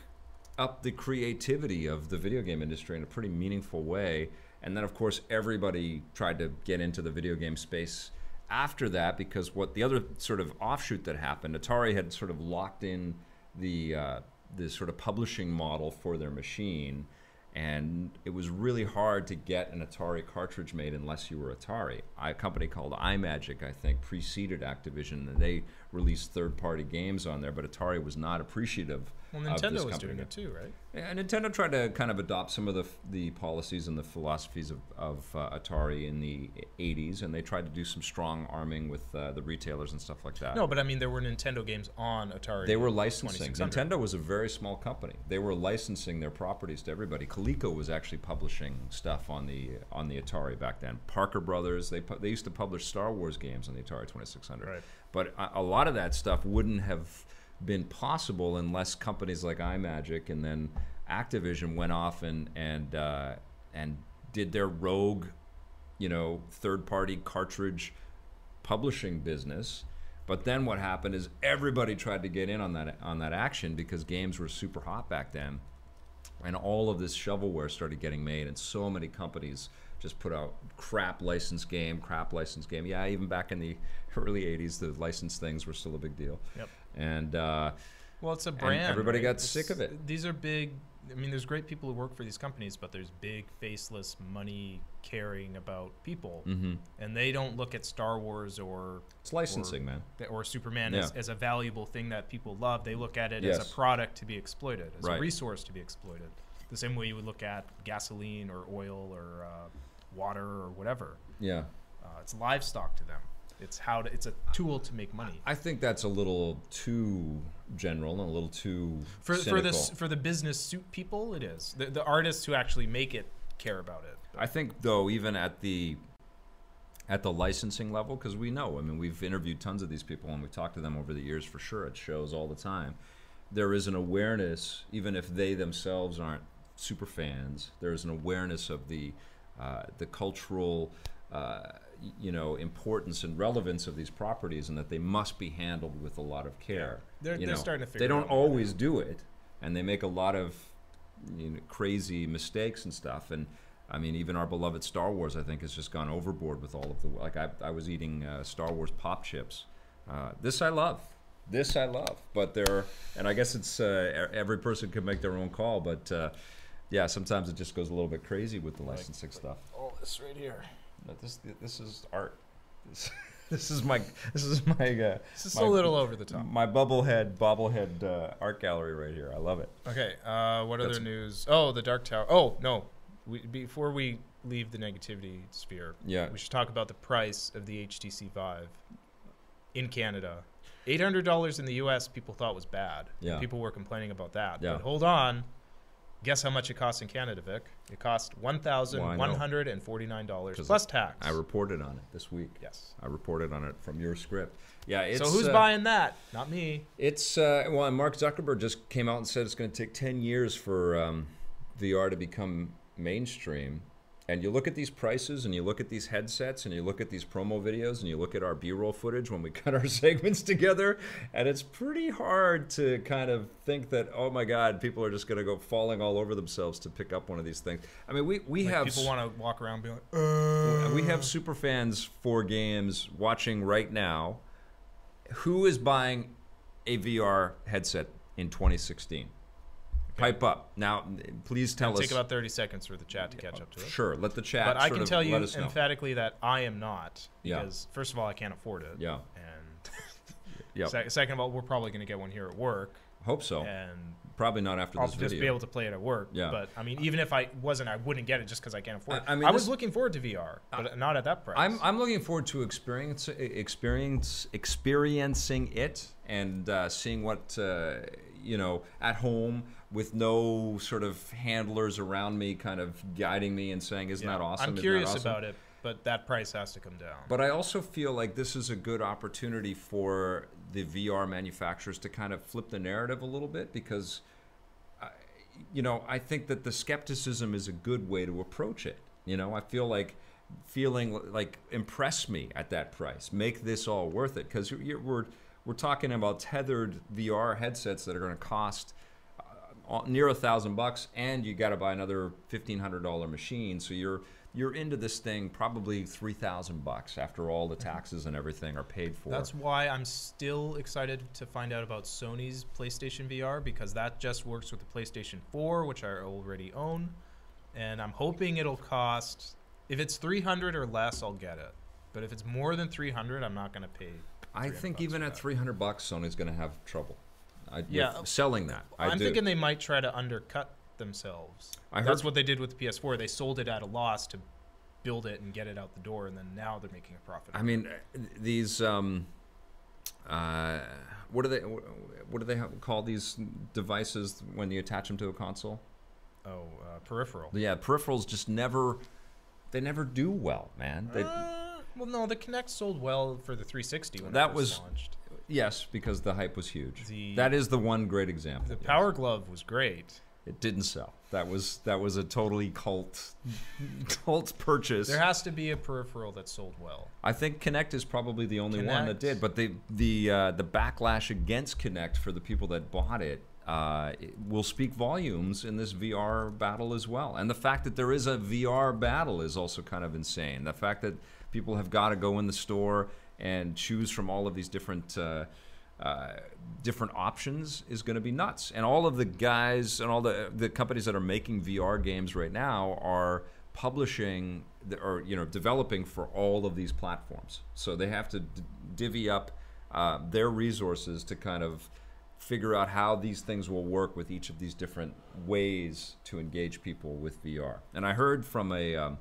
up the creativity of the video game industry in a pretty meaningful way. And then, of course, everybody tried to get into the video game space after that because what the other sort of offshoot that happened, Atari had sort of locked in the uh, the sort of publishing model for their machine, and it was really hard to get an Atari cartridge made unless you were Atari. I- A company called iMagic, I think, preceded Activision, and they released third-party games on there, but Atari was not appreciative. Well, of this Nintendo was company. doing it too, right? Yeah, Nintendo tried to kind of adopt some of the, f- the policies and the philosophies of, of uh, Atari in the 80s, and they tried to do some strong arming with uh, the retailers and stuff like that. No, but I mean, there were Nintendo games on Atari. they were licensing. 2600. Nintendo was a very small company. They were licensing their properties to everybody. Coleco was actually publishing stuff on the on the Atari back then. Parker Brothers, they pu- they used to publish Star Wars games on the Atari 2600. Right. But a, a lot of that stuff wouldn't have been possible unless companies like iMagic and then Activision went off and and uh, and did their rogue, you know, third-party cartridge publishing business. But then what happened is everybody tried to get in on that on that action because games were super hot back then, and all of this shovelware started getting made, and so many companies just put out crap license game, crap license game. Yeah, even back in the early '80s, the license things were still a big deal. Yep. And uh, Well, it's a brand. everybody right? got It's- sick of it. These are big. I mean, there's great people who work for these companies, but there's big, faceless, money caring about people, mhm. and they don't look at Star Wars or it's licensing, man. that- or Superman as, Yeah. as a valuable thing that people love. They look at it as Yes. a product to be exploited, as Right. a resource to be exploited. The same way you would look at gasoline or oil or uh, water or whatever. Yeah. Uh, it's livestock to them. It's how to, it's a tool to make money. I think that's a little too general and a little too For, for this cynical. for the business suit people, it is the, the artists who actually make it care about it. I think though, even at the at the licensing level, because we know, I mean, we've interviewed tons of these people and we've talked to them over the years for sure at shows all the time. There is an awareness, even if they themselves aren't super fans, there is an awareness of the uh, the cultural uh, y- you know importance and relevance of these properties, and that they must be handled with a lot of care. They're, you they're know, starting to figure They don't it out. always do it, and they make a lot of you know, crazy mistakes and stuff. And I mean, even our beloved Star Wars, I think, has just gone overboard with all of the like. I, I was eating uh, Star Wars pop chips. Uh, this I love. This I love. But there, are, and I guess it's uh, e- every person can make their own call. But uh, yeah, sometimes it just goes a little bit crazy with the Like- licensing stuff. All Oh, this right here. But this this is art. This, this is my this is my uh, It's just My- a little over the top. my bubblehead bobblehead uh, art gallery right here. I love it. Okay. Uh, what That's- other news? Oh, the Dark Tower. Oh no. We, before we leave the negativity sphere, Yeah. we should talk about the price of the HTC Vive in Canada. Eight hundred dollars in the U.S. people thought was bad. Yeah. People were complaining about that. Yeah. But hold on. Guess how much it costs in Canada, Vic? It cost one thousand Well, I know. one hundred and forty-nine dollars 'Cause plus tax. I reported on it this week. yes. I reported on it from your script. Yeah. It's, so who's uh, buying that? Not me. It's uh, well, and Mark Zuckerberg just came out and said it's going to take ten years for um, VR to become mainstream. And you look at these prices, and you look at these headsets, and you look at these promo videos, and you look at our B-roll footage when we cut our segments together, and it's pretty hard to kind of think that oh my God, people are just going to go falling all over themselves to pick up one of these things. I mean, we we Like, have people s- want to walk around being like, we have super fans for games watching right now. Who is buying a VR headset in 2016? Pipe up now. Please tell It'll us. take about 30 seconds for the chat to catch up to it. Sure, let the chat. But I sort can of tell you let us know. emphatically that I am not Yeah. because first of all I can't afford it. Yeah, And yeah. sec- second of all we're probably going to get one here at work Hope so. and Probably not after I'll this just video. be able to play it at work. Yeah. But I mean even if I wasn't I wouldn't get it just cuz I can't afford it. I- I, I mean, was this- looking forward to VR, but not at that price. I'm I'm looking forward to experience experience experiencing it and uh, seeing what uh, you know at home with no sort of handlers around me, kind of guiding me and saying, "Isn't that awesome?" I'm curious about it, but that price has to come down. But I also feel like this is a good opportunity for the VR manufacturers to kind of flip the narrative a little bit because, I, you know, I think that the skepticism is a good way to approach it. You know, I feel like feeling like impress me at that price, make this all worth it because you're, we're we're talking about tethered VR headsets that are going to cost uh, near a thousand bucks, and you got to buy another fifteen hundred dollar machine. So you're you're into this thing probably three thousand bucks after all the taxes and everything are paid for. Mm-hmm. That's why I'm still excited to find out about Sony's PlayStation VR because that just works with the PlayStation 4, which I already own, and I'm hoping it'll cost. If it's 300 or less, I'll get it. But if it's more than 300, I'm not going to pay. I 300 think bucks even for at that. three hundred bucks, Sony's going to have trouble. I, Yeah. with selling that. I I'm do. thinking they might try to undercut themselves. I That's heard- what they did with the PS4. They sold it at a loss to build it and get it out the door, and then now they're making a profit. I mean, uh, these. Um, uh, what do they? What do they ha- call these devices when you attach them to a console? oh, uh, peripheral. Yeah, peripherals just never. They never do well, man. They, Uh, well, no, the Kinect sold well for the 360 when That it was was- launched. yes, because the hype was huge. The- that is the one great example. The yes. Power Glove was great. It didn't sell. That was that was a totally cult, cult purchase. There has to be a peripheral that sold well. I think Connect is probably the only one that Kinect. did, but the the uh, the backlash against Connect for the people that bought it, uh, it will speak volumes in this VR battle as well. And the fact that there is a VR battle is also kind of insane. The fact that people have got to go in the store and choose from all of these different. Uh, uh, different options is going to be nuts, and all of the guys and all the the companies that are making VR games right now are publishing the, or you know developing for all of these platforms. So they have to d- divvy up uh, their resources to kind of figure out how these things will work with each of these different ways to engage people with VR. And I heard from a um,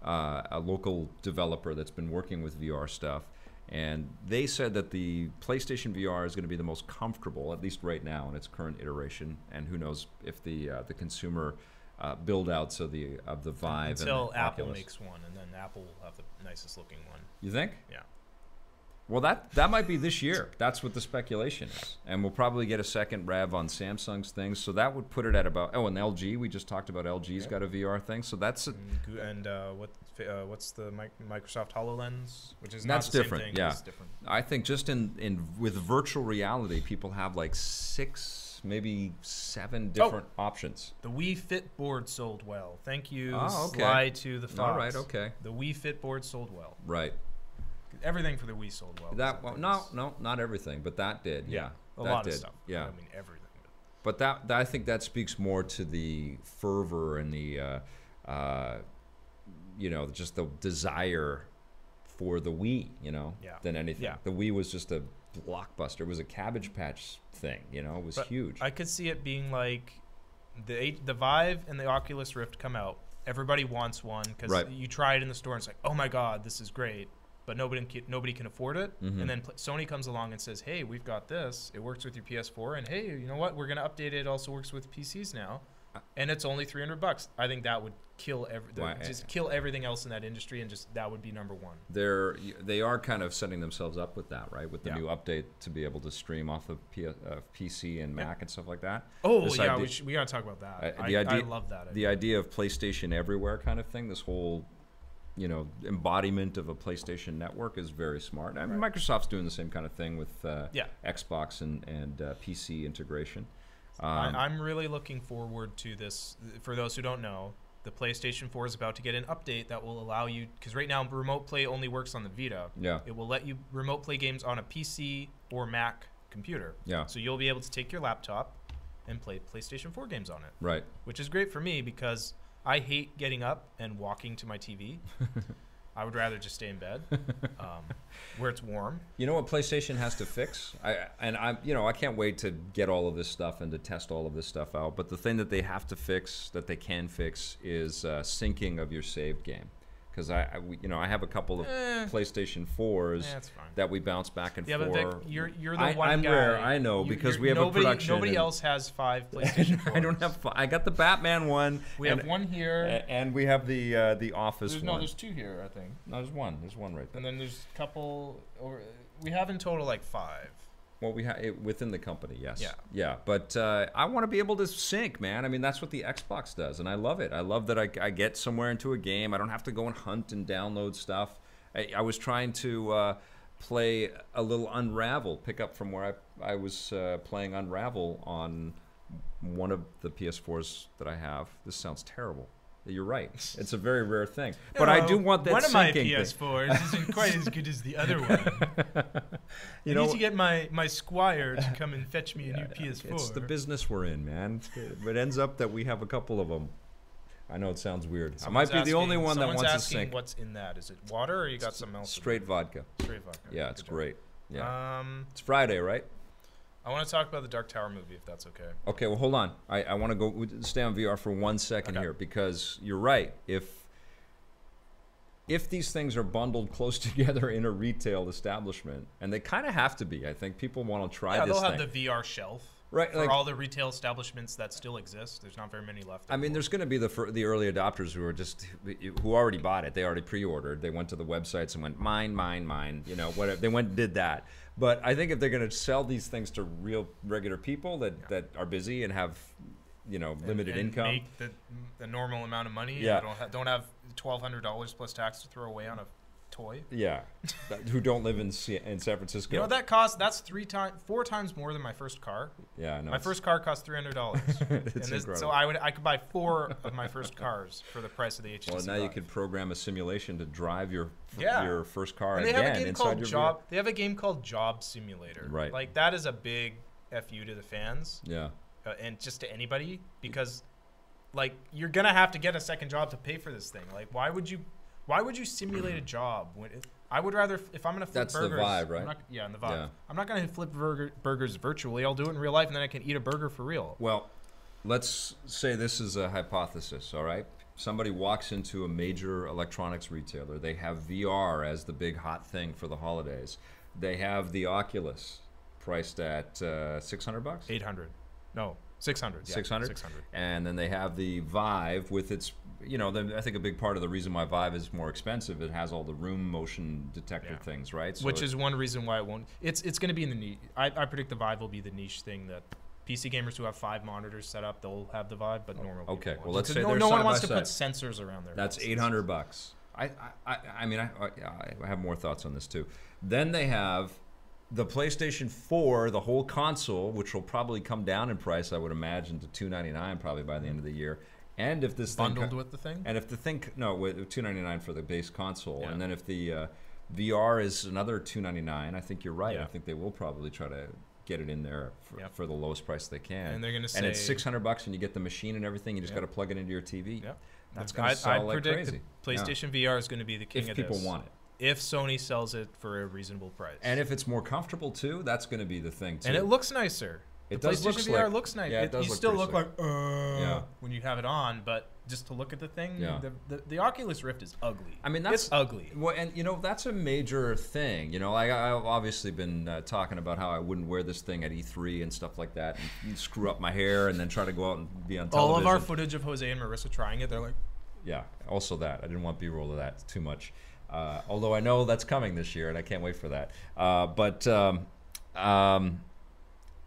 uh, a local developer that's been working with VR stuff. And they said that the PlayStation VR is going to be the most comfortable, at least right now, in its current iteration. And who knows if the uh, the consumer uh, build outs of the of the Vive and Until the Apple Oculus. makes one, and then Apple will have the nicest looking one. You think? Yeah. Well, that that might be this year. That's what the speculation is, and we'll probably get a second rev on Samsung's thing. So that would put it at about oh, and LG. We just talked about LG's Yeah. got a VR thing, so that's a, And Goo- and uh, what uh, what's the mic- Microsoft Hololens, which is That's not the different, Same thing. yeah. It's different. I think just in in with virtual reality, people have like six, maybe Oh. seven different options. The Wii Fit board sold well. Thank you, Oh, okay. Sly to the Fox. All right, okay, The Wii Fit board sold well. right. Everything for the Wii sold well. That so I well, think no, it's no, not everything, but that did. Yeah, A that lot did. of stuff. Yeah, I mean everything. but that, that I think that speaks more to the fervor and the, uh, uh, you know, just the desire for the Wii, you know, Yeah. than anything. Yeah. The Wii was just a blockbuster. It was a Cabbage Patch thing, you know. It was But huge. I could see it being like the eight, the Vive and the Oculus Rift come out. Everybody wants one because Right. you try it in the store and it's like, oh my god, this is great. But nobody can, nobody can afford it. Mhm. And then pl- Sony comes along and says, hey, we've got this. It works with your PS4, and hey, you know what? We're gonna update it. It also works with PCs now, and it's only 300 bucks. I think that would kill every the- Uh, Why- just kill everything else in that industry, and just that would be number one. they're they are kind of setting themselves up with that, right? With the Yeah. new update to be able to stream off of P- uh, PC and Mac and stuff like that. Oh This yeah, idea- we, should, we gotta talk about that. I- I, the I idea- love that. The idea of PlayStation everywhere kind of thing, this whole you know embodiment of a PlayStation network is very smart. I mean, Right. Microsoft's doing the same kind of thing with uh, Yeah. Xbox and and uh, PC integration. Um, I, I'm really looking forward to this. For those who don't know, the PlayStation 4 is about to get an update that will allow you, because right now remote play only works on the Vita. yeah, It will let you remote play games on a PC or Mac computer. yeah, So you'll be able to take your laptop and play PlayStation 4 games on it, right. which is great for me because I hate getting up and walking to my TV. I would rather just stay in bed um, where it's warm. You know what PlayStation has to fix? I and I you know, I can't wait to get all of this stuff and to test all of this stuff out, but the thing that they have to fix that they can fix is uh, syncing of your saved game. Cuz I, I- we- you know, I have a couple of Eh, PlayStation 4s eh, it's fine. that we bounce back and Yeah, but forth. Vic, you're you're the I- one I'm guy. rare, I know, because you're- we have a nobody, production Nobody and- else has five PlayStation 4s. I don't have fi- I got the Batman one. We and, have one here. a- and we have the uh, the Office There's, one. no, there's two here, I think, No, there's one. There's one right there. and then there's a couple. Or we have in total like five. Well, we have it within the company, yes. Yeah. Yeah, but uh, I want to be able to sync, man. I mean, that's what the Xbox does, and I love it. I love that I, I get somewhere into a game. I don't have to go and hunt and download stuff. I, I was trying to uh, play a little Unravel, pick up from where I, I was uh, playing Unravel on one of the PS4s that I have. This sounds terrible. You're right. It's a very rare thing. but I do want that One syncing of my thing. PS4s isn't quite as good as the other one. You I know, need to get my my squire to come and fetch me a new Yeah, PS4. It's the business we're in, man. It ends up that we have a couple of them. I know it sounds weird. Someone's I might be the asking- only one that someone's wants to asking sink. What's in that? Is it water or you got something else? in Straight vodka. there? Straight vodka. Yeah, it's Good job. great. Yeah. Um, it's Friday, right? I want to talk about the Dark Tower movie if that's okay. Okay, well, hold on. I, I want to go we- stay on VR for one second Okay. here because you're right. If if these things are bundled close together in a retail establishment, and they kind of have to be, I think people want to try yeah, this they'll thing. have the VR shelf Right, for like- all the retail establishments that still exist. There's not very many left. I mean, there's going to be the fir- the early adopters who are just who already bought it. They already pre-ordered. They went to the websites and went mine, mine, mine. You know, whatever. They went and did that. But I think if they're going to sell these things to real regular people that that are busy and have, you know, And- limited and income, Make the, the normal amount of money. Yeah. Yeah. Don't, ha- don't have twelve hundred dollars plus tax to throw away on a toy. yeah, that- who don't live in Se- in San Francisco. You know what that cost? That's three times, four times more than my first car. yeah, I know. my it's- first car cost three hundred dollars. It's so incredible. I would, I could buy four of my first cars for the price of the HTC. well, now you Vive. could program a simulation to drive your f- Yeah. your first car And they again have a game inside called your Job. They have a game called Job Simulator. Right. Like that is a big fu to the fans. VR. Yeah. uh, and just to anybody because like you're gonna have to get a second job to pay for this thing like why would you why would you simulate a job when it, i would rather f- if i'm gonna flip Mm-hmm. That's the burgers vibe, I'm right? not- yeah and the vibe Yeah. i'm not gonna flip burger, burgers virtually i'll do it in real life and then i can eat a burger for real Well, let's say this is a hypothesis, all right? Somebody walks into a major electronics retailer. They have VR as the big hot thing for the holidays. They have the Oculus priced at uh, 600 bucks. 800 no 600 yeah, 600? 600 And then they have the Vive with its you know, the, I think a big part of the reason why Vive is more expensive, it has all the room motion detector Yeah. things, right? which it- is one reason why it won't. It's it's going to be in the niche. I, I predict the Vive will be the niche thing that PC gamers who have five monitors set up they'll have the Vive, but normal. people Oh, okay. won't. Well, let's Because say no, they're no one side wants by to put sensors around their. that's houses. eight hundred bucks. I, I, I, I mean, I, I, I have more thoughts on this too. Then they have the PlayStation Four, the whole console, which will probably come down in price, I would imagine, to two ninety nine probably by the end of the year. And if this thing co- bundled with the thing. And if the thing, no, with two ninety nine for the base console, Yeah. and then if the uh, VR is another two ninety nine, I think you're right. I Yeah. think they will probably try to get it in there for, Yep. for the lowest price they can. And they're going to say And it's six hundred bucks, and you get the machine and everything. You just Yep. got to plug it into your TV. Yep. That's I- going to I'd sell like predict crazy the PlayStation VR is going to be the king if of people this. want it. If Sony sells it for a reasonable price. And if it's more comfortable too, that's going to be the thing too. and it looks nicer. It the does PlayStation look VR slick. looks nice. Yeah, it It- does you look still pretty look slick. like uh, when you have it on, but just to look at the thing, Yeah. the, the the Oculus Rift is ugly. I mean, that's- it's ugly. Well, and you know that's a major thing. You know, like I- I've obviously been uh, talking about how I wouldn't wear this thing at E3 and stuff like that, and screw up my hair, and then try to go out and be on television. All of our footage of Jose and Marissa trying it, they're like, yeah, also that I didn't want B-roll of that too much. Uh, although I know that's coming this year, and I can't wait for that. Uh, but um, um,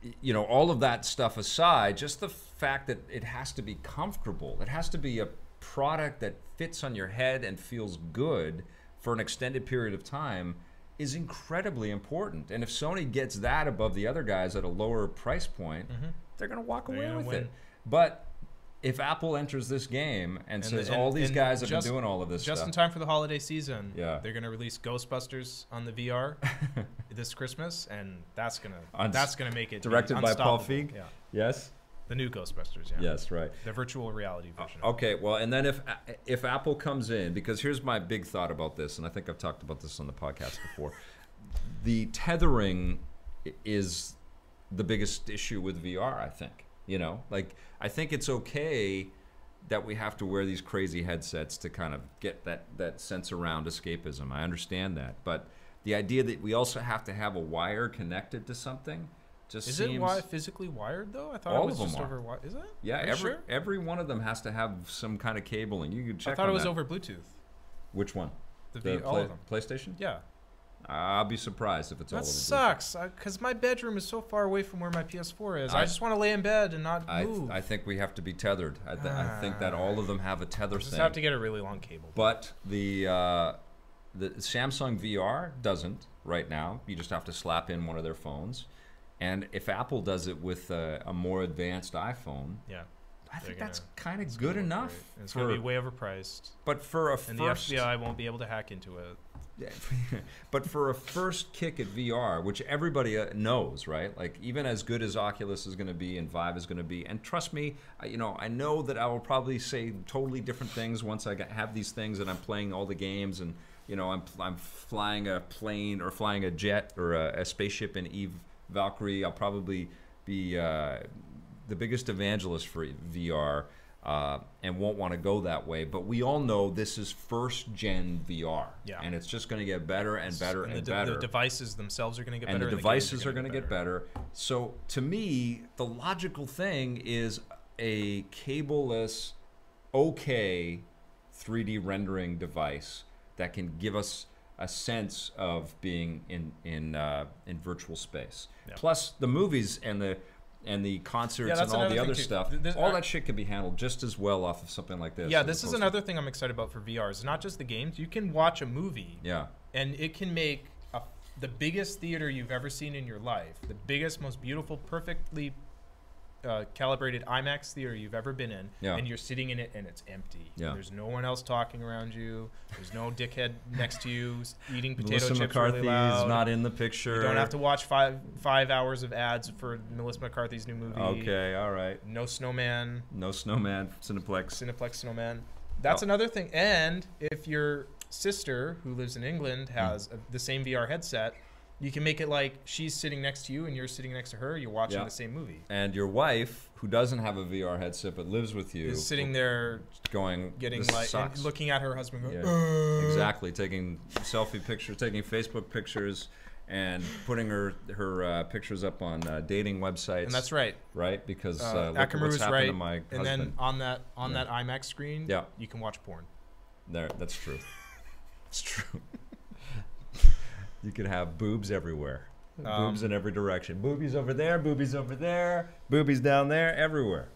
y- you know, all of that stuff aside, just the fact that it has to be comfortable. It has to be a product that fits on your head and feels good for an extended period of time is incredibly important. And if Sony gets that above the other guys at a lower price point, they're going to walk away Mm-hmm. gonna with win. it. But if Apple enters this game and, says and- all these and guys have just- been doing all of this just in stuff, time for the holiday season. Yeah. they're gonna release Ghostbusters on the VR this Christmas, and that's gonna Uns- that's gonna make it be directed by Paul unstoppable. Feig? Yeah, yes, the new Ghostbusters. Yeah, yes, Uh, oh, right. the virtual reality version. of Okay, well, and then if if Apple comes in, because here's my big thought about this, and I think I've talked about this on the podcast before. the tethering i- is the biggest issue with VR. I think you know, like I think it's okay that we have to wear these crazy headsets to kind of get that that sense around escapism. I understand that, but the idea that we also have to have a wire connected to something just it. Is seems. it wi- physically wired though? I thought All it was of them just are. over. Wi- is it? yeah, Are you every sure? every one of them has to have some kind of cabling. You could check. I thought on it was that. over Bluetooth. Which one? The, The V all Play- of them. PlayStation? Yeah, I'll be surprised if it's all that over. Bluetooth. sucks. Because my bedroom is so far away from where my PS4 is. I, I- just want to lay in bed and not I, move. I think we have to be tethered. I, th- I think that all of them have a tether just thing. have to get a really long cable. but the uh, the Samsung VR doesn't right now. You just have to slap in one of their phones. And if Apple does it with a, a more advanced iPhone, Yeah, I They're think gonna- that's kind it's of gonna good look enough. great. And It's for, gonna be way overpriced, but for a and first, the FBI won't be able to hack into it. Yeah, but for a first kick at VR, which everybody uh, knows, right? Like even as good as Oculus is going to be and Vive is going to be, and trust me, I, you know, I know that I will probably say totally different things once I get, have these things and I'm playing all the games and you know I'm I'm flying a plane or flying a jet or a, a spaceship in Eve Valkyrie. I'll probably be uh, the biggest evangelist for VR. Uh, and won't want to go that way, but we all know this is first gen VR, Yeah. and it's just going to get better and better and, the, de- better. The devices themselves are gonna get and better. the and games devices are going to get better. So to me, the logical thing is a cableless, okay 3D rendering device that can give us a sense of being in in uh, in virtual space. Yeah. Plus the movies and the and the concerts that's and all another the thing other too. stuff. Th- this- all I- that shit can be handled just as well off of something like this. Yeah, as this is opposed to- another thing I'm excited about for VR. It's not just the games. You can watch a movie, Yeah. and it can make a, the biggest theater you've ever seen in your life, the biggest, most beautiful, perfectly uh, calibrated IMAX theater you've ever been in, Yeah. and you're sitting in it and it's empty. Yeah. There's no one else talking around you. There's no dickhead next to you s- eating potato Melissa chips McCarthy really loud. is not in the picture. you don't have to watch five five hours of ads for Melissa McCarthy's new movie. Okay, all right. No snowman. No snowman, Cineplex. Cineplex Snowman. That's Oh. another thing. And if your sister, who lives in England, Hmm. has a, the same VR headset, you can make it like she's sitting next to you and you're sitting next to her. You're watching Yeah. the same movie. And your wife, who doesn't have a VR headset but lives with you, Is sitting there going getting this like and sucks. looking at her husband. Going, Yeah. "Uh." exactly, taking selfie pictures, taking Facebook pictures, and putting her her uh, pictures up on uh, dating websites. and that's right. right because Uh, uh, look at what's Akamuru's happened right, to my and husband. then on that on that IMAX screen, Yeah. you can watch porn. There, that's true. it's true. you could have boobs everywhere. Um, boobs in every direction. Boobies over there, boobies over there, boobies down there, everywhere.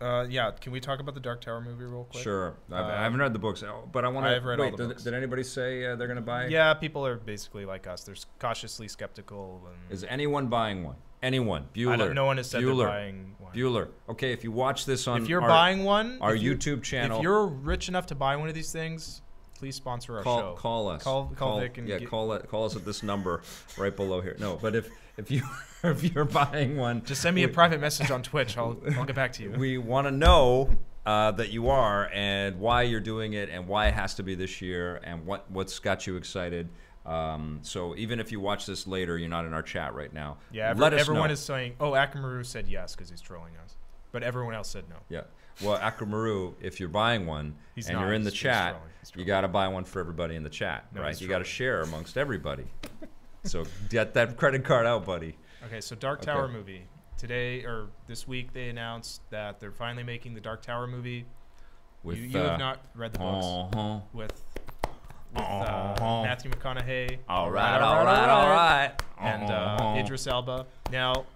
Uh, yeah, can we talk about the Dark Tower movie real quick? Sure. I've, I Uh, haven't read the books, oh, but I want to. I've read all wait, the did, books. did anybody say uh, they're going to buy? Yeah, people are basically like us. They're s- cautiously skeptical. And Is anyone buying one? Anyone? Bueller. I don't, no one has said Bueller. they're buying one. Bueller. Okay, if you watch this on if you're our, buying one, our if you- YouTube channel, if you're rich enough to buy one of these things, please sponsor our call show. call us. Call- call Vic and yeah, get- call it, call us at this number right below here. No, but if if you if you're buying one, Just send me a we- private message on Twitch. I'll I'll get back to you. we want to know uh, that you are and why you're doing it and why it has to be this year and what what's got you excited. Um, so even if you watch this later, you're not in our chat right now. yeah, every- let us everyone know. is saying, "Oh, Akamaru said yes because he's trolling us," but everyone else said no. Yeah. Well, Akamaru, if you're buying one He's and not. you're in the He's- he's chat, trolling. He's you trolling. got to buy one for everybody in the chat, No, right? he's You got to trolling. share amongst everybody. so get that credit card out, buddy. Okay, so Dark Tower movie. Today or this week, they announced that they're finally making the Dark Tower movie. With you you uh, have not read the books uh-huh. with, with uh, Uh-huh. Matthew McConaughey. All right, all right, all right. And Uh-huh. uh, Idris Elba. Now,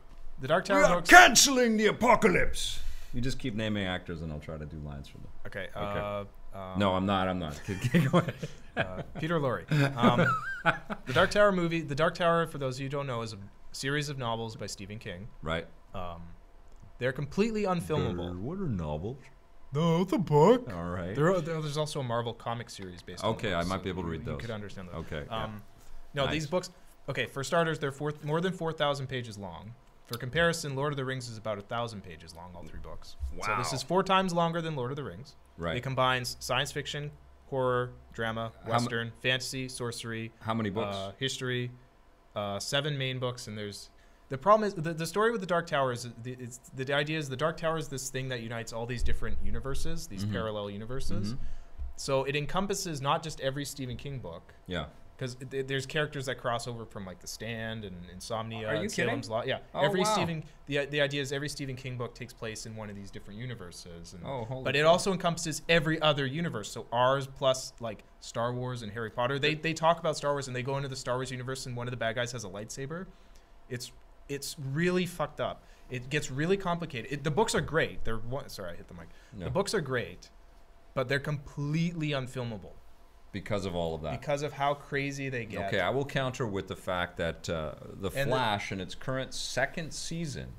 the Dark We Tower are books. canceling the apocalypse. You just keep naming actors, and I'll try to do lines for them. Okay. Uh, um, no, I'm not. I'm not. Go ahead. uh, Peter Lorre. Um, the Dark Tower movie. The Dark Tower, for those of you who don't know, is a series of novels by Stephen King. right. Um, they're completely unfilmable. What are novels? No, it's a book. All right. There are, there- there's also a Marvel comic series based. on Okay, those, I might be able to you- read those. You could understand those. Okay, yeah. Um, No, Nice. these books. Okay, for starters, they're four, more than four thousand pages long. For comparison, Lord of the Rings is about a thousand pages long, all three books. So this Wow. is four times longer than Lord of the Rings. Right. It combines science fiction, horror, drama, How mu- western, fantasy, sorcery, How many books? uh, history, uh, seven main books, and there's the problem is the, the story with the Dark Tower is the, it's, the idea is the Dark Tower is this thing that unites all these different universes, these Mm-hmm. parallel universes. So it encompasses not just every Stephen King book, yeah. because there's characters that cross over from like The Stand and Insomnia. Are you and Salem's kidding? Lot. Yeah, Oh, every wow. Stephen the the idea is every Stephen King book takes place in one of these different universes. And, Oh, holy but it also encompasses every other universe. So ours plus like Star Wars and Harry Potter. They they talk about Star Wars and they go into the Star Wars universe and one of the bad guys has a lightsaber. It's it's really fucked up. It gets really complicated. It, the books are great. They're one, sorry, I hit the mic. No. The books are great, but they're completely unfilmable Because of all of that. because of how crazy they get. Ah. Okay, I will counter with the fact that uh, the And the- Flash in its current second season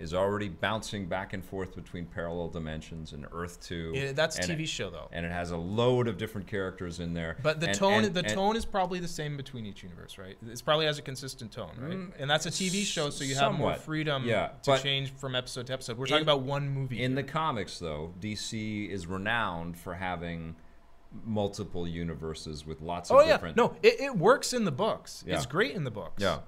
is already bouncing back and forth between parallel dimensions and Earth Two. Yeah, that's and TV It, show though. and it has a load of different characters in there. But the And- tone, and- the and- tone is probably the same between each universe, right? It's probably has a consistent tone, right? Mm, and that's a TV show, so you have more somewhat. freedom Yeah, to but- change from episode to episode. We're In- talking about one movie. In here. the comics, though, DC is renowned for having multiple universes with lots oh of yeah, different. no, it, it works in the books. Yeah. It's great in the books. Yeah.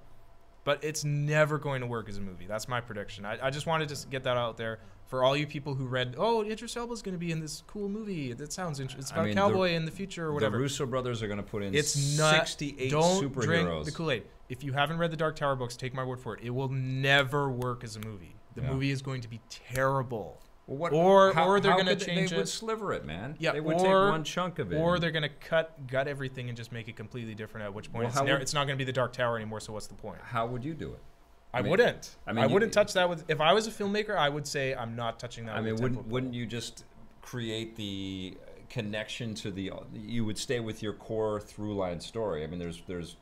but it's never going to work as a movie. That's my prediction. I, I just wanted to s- get that out there for all you people who read, oh, Idris Elba's going to be in this cool movie. That sounds interesting. It's I about mean, a the- cowboy in the future or whatever. The Russo brothers are going to put in It's not. 68 don't superheroes. drink the Kool Aid. If you haven't read the Dark Tower books, take my word for it. It will never work as a movie. The Yeah. movie is going to be terrible. Well, what- or how- or they're how going to could they- change They would it. sliver it, man. Yeah, they would or- take one chunk of it. Or and- they're going to cut gut everything and just make it completely different. At which point, Well, it's, how never, would- it's not going to be the Dark Tower anymore. So what's the point? How would you do it? I, mean- wouldn't. I I mean, you- wouldn't touch that with. If I was a filmmaker, I would say I'm not touching that. I with mean, a wouldn't 10-foot wouldn't you just create the connection to the? You would stay with your core through line story. I mean, there's there's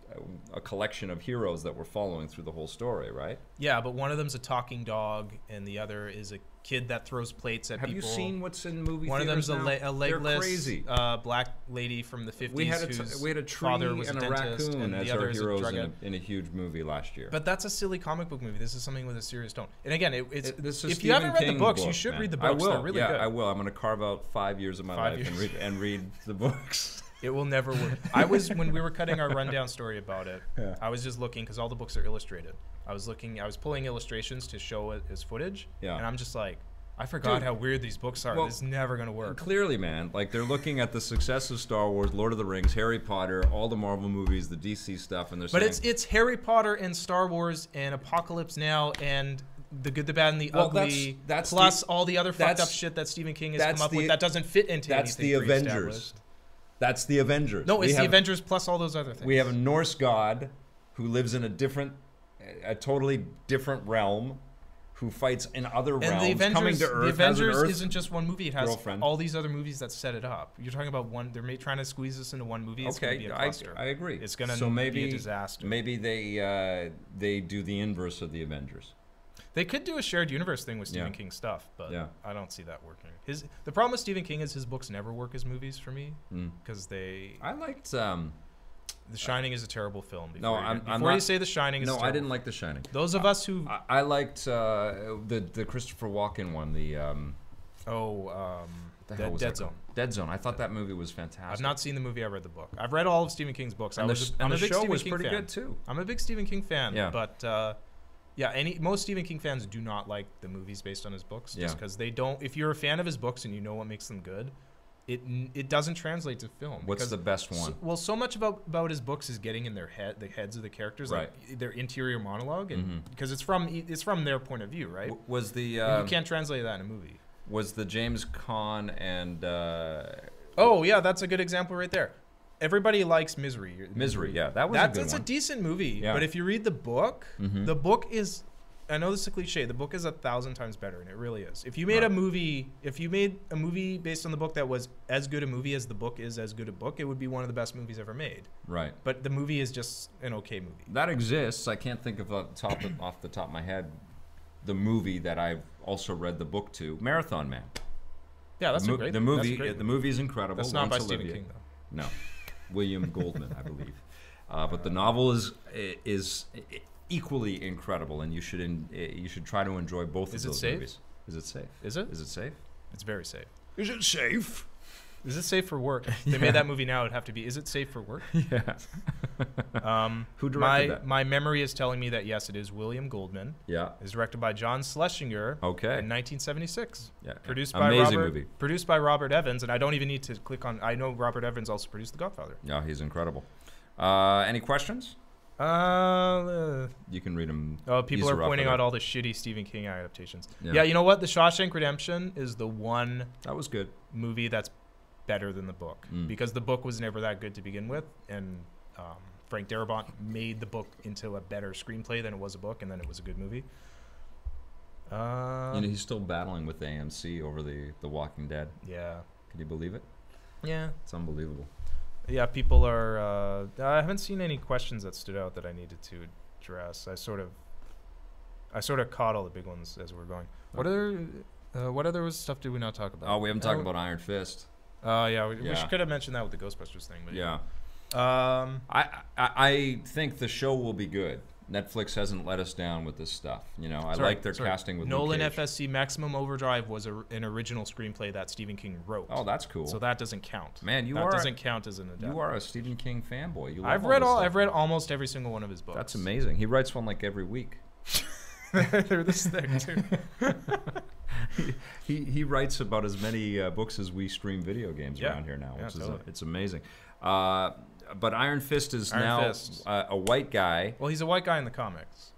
a collection of heroes that we're following through the whole story, right? pole. Yeah, but one of them's a talking dog, and the other is a kid that throws plates at Have you people. seen what's in movie One of theaters them's a, now? le- a legless They're crazy. Uh, black lady from the 50s. we had a t- whose we had a tree father was and a, dentist, raccoon and as the our other is a heroes drug in, a, addict. in a huge movie last year. But that's a silly comic book movie. This is something with a serious tone. And again, it, it's It- this is if Stephen you haven't read King's the books, you book, should man. read the I books. will. They're really yeah, good. I will. I'm going to carve out five years of my Five life and years. read and read the books. It will never work. I was when we were cutting our rundown story about it. Yeah. I was just looking because all the books are illustrated. I was looking. I was pulling illustrations to show it as footage. Yeah. And I'm just like, I forgot Dude. how weird these books are. Well, this is never gonna work. Clearly, man, like they're looking at the success of Star Wars, Lord of the Rings, Harry Potter, all the Marvel movies, the DC stuff, and they're But saying, it's it's Harry Potter and Star Wars and Apocalypse Now and the good, the bad, and the Well, ugly. that's- that's plus the- all the other fucked that's- up shit that Stephen King has that's come up the- with that doesn't fit into that's the anything Avengers. pre-established. That's the Avengers. No, it's We the have- Avengers plus all those other things. We have a Norse god who lives in a different, a totally different realm, who fights in other and realms, the Avengers. coming to Earth. the Avengers has an Earth isn't just one movie. It has girlfriend. all these other movies that set it up. You're talking about one. They're ma- trying to squeeze this into one movie. It's gonna Okay, be a I, cluster. I agree. It's gonna so n- be a maybe, disaster. Maybe they uh, they do the inverse of the Avengers. They could do a shared universe thing with Stephen Yeah. King stuff, but Yeah. I don't see that working. His the problem with Stephen King is his books never work as movies for me because they. Hmm. I liked. Um, The Shining is a terrible film. Before, No, you- I'm- before I'm you not- say The Shining is no, terrible. I didn't like The Shining. Those of us who I, I liked uh, the the Christopher Walken one. The um, oh um, the hell Dead, was Dead that Zone. called? Dead Zone. I thought that movie was fantastic. I've not seen the movie. I read the book. I've read all of Stephen King's books. I And the, was sh- a, and I'm a the big show Stephen was King pretty fan. good too. I'm a big Stephen King fan, Yeah. but uh, yeah, any most Stephen King fans do not like the movies based on his books, just Yeah. because they don't. If you're a fan of his books and you know what makes them good, it n- it doesn't translate to film. What's because the best one? so- well, so much about about his books is getting in their head, the heads of the characters, like their interior monologue, and because it's from it's from their point of view, right? Mm-hmm. W- was the And um, you can't translate that in a movie. was the James Caan and uh, Oh yeah, that's a good example right there. Everybody likes Misery. Misery? Yeah, that was That's a good it's one. a decent movie, Yeah. Mm-hmm. but if you read the book, the book is. I know this is a cliche. The book is a thousand times better, and it really is. If you made a Right. movie, if you made a movie based on the book that was as good a movie as the book is as good a book, it would be one of the best movies ever made. right. But the movie is just an okay movie. That exists. I can't think of off the top of, off the top of my head the movie that I've also read the book to. Marathon Man. Yeah, that's Mo- a great. the That's, movie. a great The movie. movie is incredible. that's not by Laurence Stephen Olivier. King though. No, William Goldman, I believe. Uh, but the novel is is equally incredible, and you should in, you should try to enjoy both Is of it those safe? movies. Is it safe? Is it? Is it safe? It's very safe. Is it safe? Is it safe for work? If They made that movie now. It'd have to be. Is it safe for work? Yeah. Um, Who my directed that? my memory is telling me that yes, it is William Goldman. Yeah. It's directed by John Schlesinger. Okay. In 1976. Yeah. Produced by Amazing Robert, movie. Produced by Robert Evans, and I don't even need to click on. I know Robert Evans also produced The Godfather. Yeah, he's incredible. Uh, any questions? Uh, Uh, You can read them. oh, people These are are off pointing of out it. all the shitty Stephen King adaptations. Yeah. Yeah. you know what? The Shawshank Redemption is the one That was good. movie that's better than the book Mm. because the book was never that good to begin with, and um, Frank Darabont made the book into a better screenplay than it was a book, and then it was a good movie. Um, Uh, you know, he's still battling with AMC over the The Walking Dead. yeah, Can you believe it? yeah. It's unbelievable. Yeah, people are. Uh, I haven't seen any questions that stood out that I needed to address. I sort of, I sort of caught all the big ones as we were going. What other, uh, what other was- stuff did we not talk about? Oh, we haven't talked Uh, about Iron Fist. Oh yeah, we, we Yeah. should, could have mentioned that with the Ghostbusters thing. But Yeah. Um, I, I I think the show will be good. Netflix hasn't let us down with this stuff. You know, I sorry, like their sorry. casting with Luke Nolan Cage. FSC Maximum Overdrive was a, an original screenplay that Stephen King wrote. Oh, that's cool. so that doesn't count. Man, you that are- doesn't count as an adapt- you are a Stephen King fanboy. You love I've read this all. stuff. I've read almost every single one of his books. That's amazing. He writes one like every week. They're this thick too. He he writes about as many uh, books as we stream video games Yeah. around here now, Yeah, which is totally. a, it's amazing. Uh, but Iron Fist is Iron now Fist. uh, a white guy. Well, he's a white guy in the comics.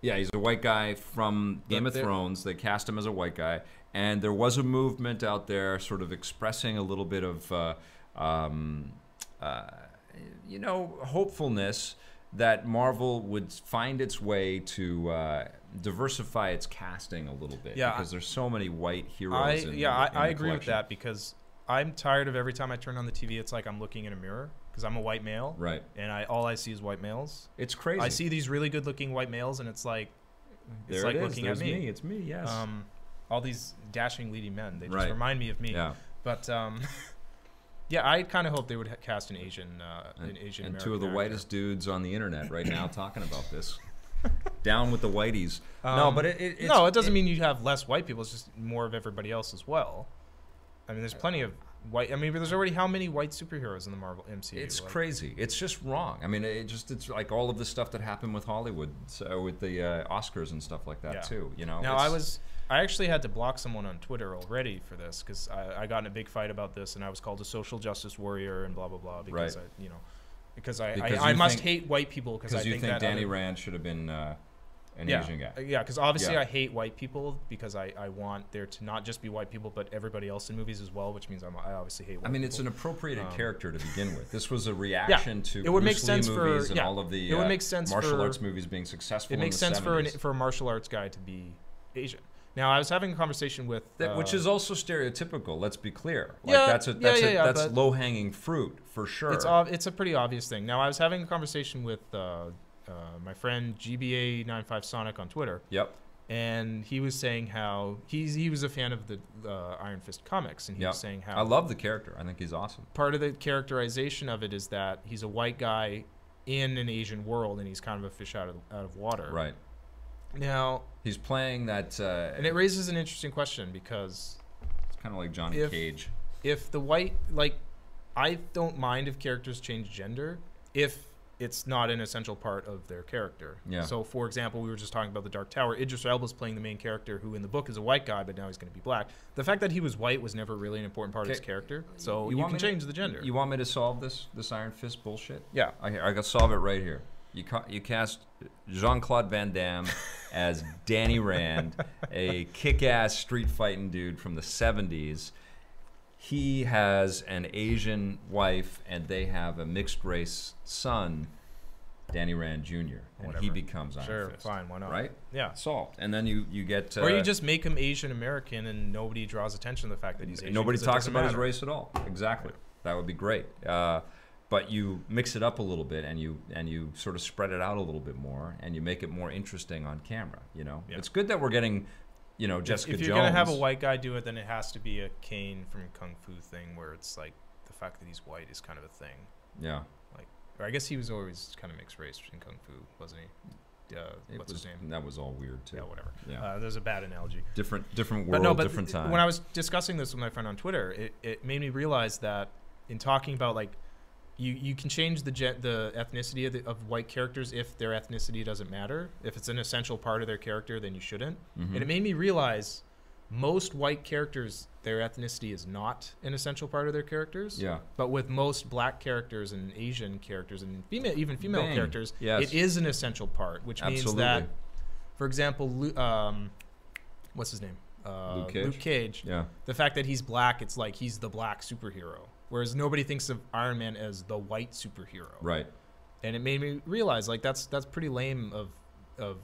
Yeah, he's a white guy from Game But of they're- Thrones. They cast him as a white guy, and there was a movement out there, sort of expressing a little bit of, uh, um, uh, you know, hopefulness that Marvel would find its way to uh, diversify its casting a little bit. Yeah, I- because there's so many white heroes. I in yeah, the- in I, I the agree with collection. that because I'm tired of every time I turn on the TV, it's like I'm looking in a mirror because I'm a white male, Right. and I all I see is white males. It's crazy. I see these really good looking white males, and it's like it's There like it is. looking There's at me. It's me. Yes. Um, all these dashing, leading men, they just Right. remind me of me. yeah. But um, yeah, I kind of hope they would ha- cast an Asian, uh, an And, Asian, and two of the American actor. whitest dudes on the internet right now talking about this. Down with the whiteys. no, Um, but it, it, it's, no, it doesn't mean you have less white people. It's just more of everybody else as well. I mean, there's plenty of white. I mean, there's already how many white superheroes in the Marvel MCU? It's Like, crazy. It's just wrong. I mean, it just it's like all of the stuff that happened with Hollywood, so with the uh, Oscars and stuff like that Yeah. too. You know. Now It's- I was I actually had to block someone on Twitter already for this because I, I got in a big fight about this and I was called a social justice warrior and blah blah blah because Right. I you know because I Because I, I you must think- hate white people because I because you think, think that Danny other- Rand should have been uh, an yeah Asian guy. yeah because obviously Yeah. I hate white people because I, I want there to not just be white people but everybody else in movies as well which means I'm, I obviously hate. White I mean, people. it's an appropriated Um, character to begin with. This was a reaction to it would make Bruce sense Lee for- movies and yeah, all of the it would uh, make sense martial for- arts movies being successful. it makes in the sense for 70s. an, for a martial arts guy to be Asian. Now I was having a conversation with That, which uh, is also stereotypical. Let's be clear. Like Yeah, that's a yeah, that's yeah, a, yeah, that's but- low hanging fruit for sure. It's ob- it's a pretty obvious thing. Now I was having a conversation with uh, uh, my friend GBA95 Sonic on Twitter, yep. and he was saying how he's he was a fan of the uh, Iron Fist comics, and he was Yeah. saying how I love the character. I think he's awesome. part of the characterization of it is that he's a white guy in an Asian world, and he's kind of a fish out of out of water. Right. now, He's playing that. Uh, and it raises an interesting question because it's kind of like Johnny if- Cage. if the white like I don't mind if characters change gender if it's not an essential part of their character. Yeah. So for example, we were just talking about the Dark Tower. Idris Elba is playing the main character who in the book is a white guy, but now he's going to be black. The fact that he was white was never really an important part of his Okay. character. So You you, want can me to- change the gender. You want me to solve this this Iron Fist bullshit? yeah. I I can solve it right here. You ca- you cast Jean Claude Van Damme as Danny Rand, a kick-ass street fighting dude from the '70s. He has an Asian wife, and they have a mixed race son, Danny Rand Jr. And he Whatever. becomes Iron Sure. Fist. Fine. Why not? Right? Yeah. Solved. And then you you get uh, or you just make him Asian American and nobody draws attention to the fact that he's Asian. Nobody 'cause it talks doesn't about his matter. race at all. Exactly. That would be great. Uh, but you mix it up a little bit, and you and you sort of spread it out a little bit more, and you make it more interesting on camera. You know, Yeah. it's good that we're getting, you know, Jessica if you're Jones. gonna have a white guy do it, then it has to be a Kane from Kung Fu thing, where it's like the fact that he's white is kind of a thing. yeah, Or I guess he was always kind of mixed race in Kung Fu, wasn't he? Uh, it what's was his name? that was all weird too. Yeah, whatever. Yeah. Uh, there's a bad analogy. different different world, but no, but different th- time. when I was discussing this with my friend on Twitter, it, it made me realize that in talking about like you, you can change the gen- the ethnicity of, the, of white characters if their ethnicity doesn't matter. If it's an essential part of their character, then you shouldn't. Mhm. And it made me realize most white characters, their ethnicity is not an essential part of their characters. yeah, But with most black characters and Asian characters and female, even female Bang. characters, Yes. it is an essential part, which means absolutely. that, for example, Lu- um, what's his name? Uh, Luke Cage? yeah, The fact that he's black, it's like he's the black superhero. Whereas nobody thinks of Iron Man as the white superhero. right. And it made me realize, like, that's that's pretty lame of of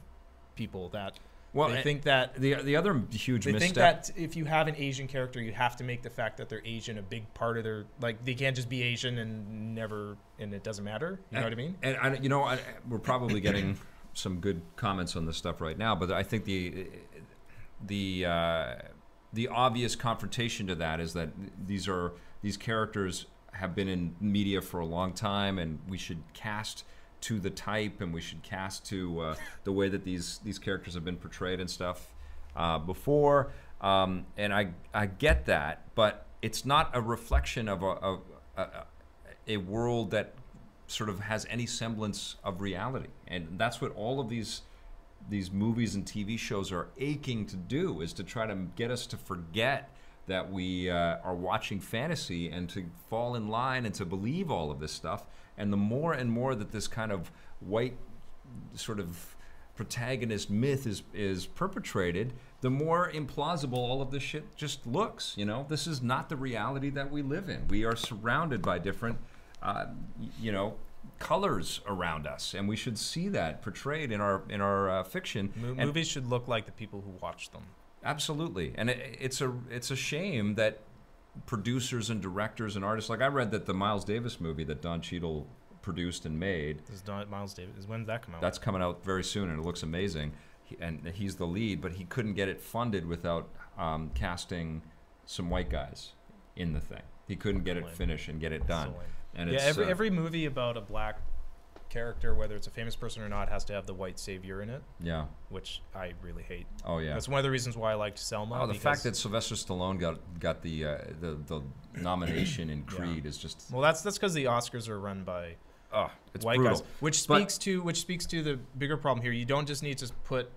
people that Well, they and think that the the other huge they misstep. think that if you have an Asian character, you have to make the fact that they're Asian a big part of their like they can't just be Asian and never and it doesn't matter. You know what I mean? And I, you know, I, we're probably getting some good comments on this stuff right now, but I think the the uh, the obvious confrontation to that is that these are these characters have been in media for a long time, and we should cast to the type, and we should cast to uh, the way that these these characters have been portrayed and stuff uh, before. Um, and I I get that, but it's not a reflection of a, of a, a a world that sort of has any semblance of reality and that's what all of these these movies and tv shows are aching to do is to try to get us to forget that we uh, are watching fantasy and to fall in line and to believe all of this stuff and the more and more that this kind of white sort of protagonist myth is is perpetrated the more implausible all of this shit just looks you know this is not the reality that we live in we are surrounded by different uh, y- you know colors around us and we should see that portrayed in our in our uh, fiction Mo- and movies should look like the people who watch them. Absolutely, and it, it's a it's a shame that producers and directors and artists like I read that the Miles Davis movie that Don Cheadle produced and made This is Don, Miles Davis. When did that come out? that's coming out very soon and it looks amazing, he, and he's the lead, but he couldn't get it funded without um, casting some white guys in the thing. He couldn't get it Lame. finished and get it So done. lame. And yeah, it's, every uh, every movie about a black character, whether it's a famous person or not, has to have the white savior in it, Yeah. which I really hate. Oh yeah. That's one of the reasons why I liked Selma. Oh, the fact because- that Sylvester Stallone got got the uh, the, the nomination in Creed is just well, that's that's because the Oscars are run by oh, it's white brutal. guys, which But- speaks to which speaks to the bigger problem here. You don't just need to put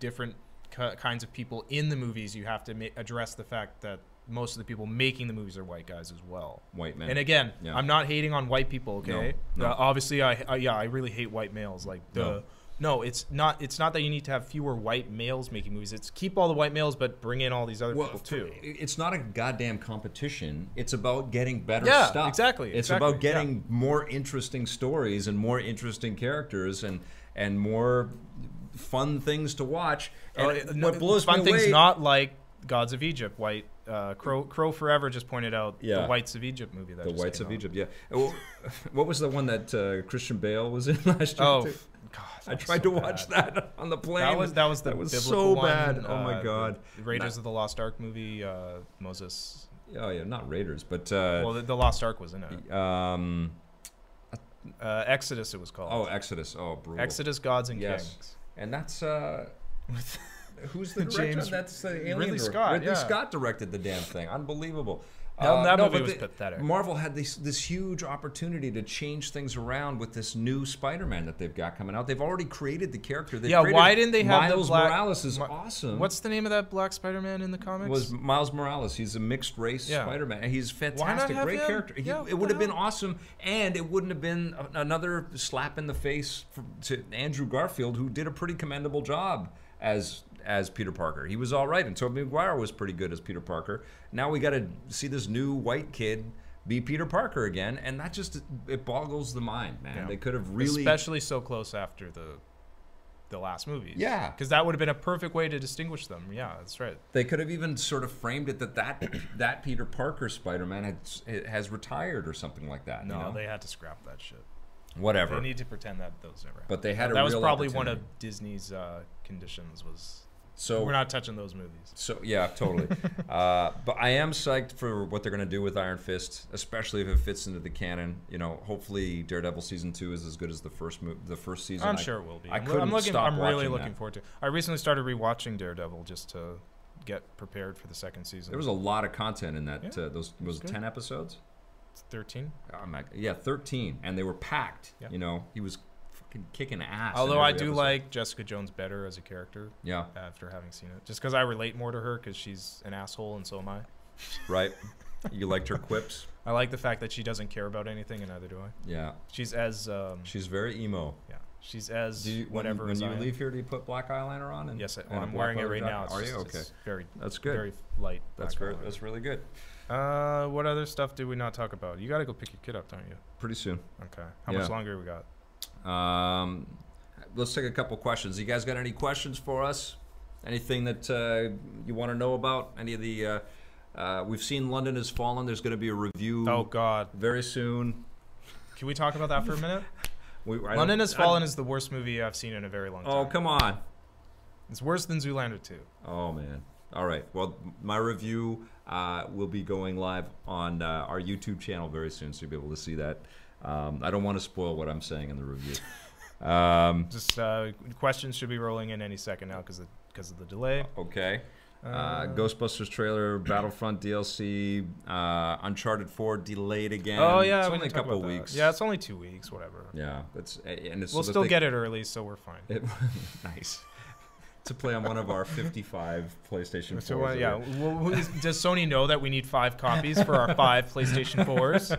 different ki kinds of people in the movies. You have to ma- address the fact that most of the people making the movies are white guys as well. White man. And again, Yeah. I'm not hating on white people. Okay, No, no. Uh, obviously, I, I yeah, I really hate white males. Like the. No. No. it's not. It's not that you need to have fewer white males making movies. It's keep all the white males, but bring in all these other people too. it- It's not a goddamn competition. It's about getting better Yeah, stuff. exactly, It's exactly, about getting more interesting stories and more interesting characters and and more fun things to watch. And Oh, it- no, what blows fun me things away, not like Gods of Egypt. White uh, Crow Crow Forever just pointed out Yeah. the Whites of Egypt movie. That the just Whites came of out. Egypt. Yeah. Well, what was the one that uh, Christian Bale was in last year? Oh, too? f- God! that I was tried so to watch bad. that on the plane. That was that was the that was biblical so one, bad. oh uh, my the god. Raiders of the Lost Ark movie. Uh, Moses. Oh yeah, not Raiders, but uh, Well, the, the Lost Ark was in it. um, Uh, Exodus, it was called. oh Exodus. Oh brutal. Exodus, Gods and Yes. Kings. And that's uh, who's the James- director? That's the alien Ridley direct- Scott, Ridley yeah. Scott directed the damn thing. Unbelievable. Uh, That- that no, movie but was the- pathetic. Marvel had this this huge opportunity to change things around with this new Spider-Man that they've got coming out. They've already created the character. They've Yeah, created- why didn't they have the Miles black- Morales is Mi- awesome. What's the name of that Black Spider-Man in the comics? Uh-huh. was Miles Morales? He's a mixed race Yeah. Spider-Man. He's fantastic, have great him? character. He- Yeah, it what would the have been hell? awesome, and it wouldn't have been a- another slap in the face for, to Andrew Garfield, who did a pretty commendable job as as Peter Parker. He was all right, and Tobey Maguire was pretty good as Peter Parker. Now we got to see this new white kid be Peter Parker again, and that just it boggles the mind, man. Yeah. They could have really especially so close after the the last movies. Yeah. because that would have been a perfect way to distinguish them. Yeah, that's right. They could have even sort of framed it that that, that Peter Parker Spider-Man has, has retired or something like that. No, you know? they had to scrap that shit. whatever. They need to pretend that those never happened. But they had a that was real probably one of opportunity. Disney's uh, conditions was so we're not touching those movies. So yeah, totally. uh, but I am psyched for what they're gonna do with Iron Fist, especially if it fits into the canon. You know, hopefully Daredevil season two is as good as the first mo- the first season. I'm I- sure it will be. I I'm, couldn't I'm looking. stop I'm really watching looking that. forward to. I recently started rewatching Daredevil just to get prepared for the second season. There was a lot of content in that. Yeah, uh, those was it good. ten episodes. Oh, thirteen. I'm like, yeah, thirteen, and they were packed. Yeah. You know, he was fucking kicking ass. in Although I every do episode. like Jessica Jones better as a character Yeah. after having seen it, just because I relate more to her because she's an asshole and so am I. Right. you liked her quips. I like the fact that she doesn't care about anything, and neither do I. Yeah. She's as um, She's very emo. yeah, she's as Do you, when, whatever. when as you I am. leave here, do you put black eyeliner on? And, yes, I, and a well, I'm black wearing it leather right jacket? now. It's Are just- you okay? It's very That's good. very light. That's black great. color. That's really good. Uh, what other stuff did we not talk about? You got to go pick your kid up, don't you? Pretty soon. Okay. How Yeah. much longer we got? Um, let's take a couple questions. You guys got any questions for us? Anything that uh, you want to know about? Any of the? Uh, uh, we've seen London has fallen. There's going to be a review Oh God, very soon. can we talk about that for a minute? We, I don't- London Has I- Fallen is the worst movie I've seen in a very long time. oh come on! It's worse than Zoolander 2. Oh man. All right. Well, my review uh, will be going live on uh, our YouTube channel very soon, so you'll be able to see that. Um, I don't want to spoil what I'm saying in the review. um, Just uh, questions should be rolling in any second now because because of the delay. okay. Uh, Ghostbusters trailer, Battlefront DLC, uh, Uncharted 4 delayed again. oh yeah, it's we only a didn't talk couple about that. weeks. Yeah, it's only two weeks. Whatever. yeah. That's and it's we'll so that still they- get it early, so we're fine. it. nice to play on one of our 55 PlayStation 4s. So uh, that yeah, we- well, who is- does Sony know that we need five copies for our five PlayStation fours?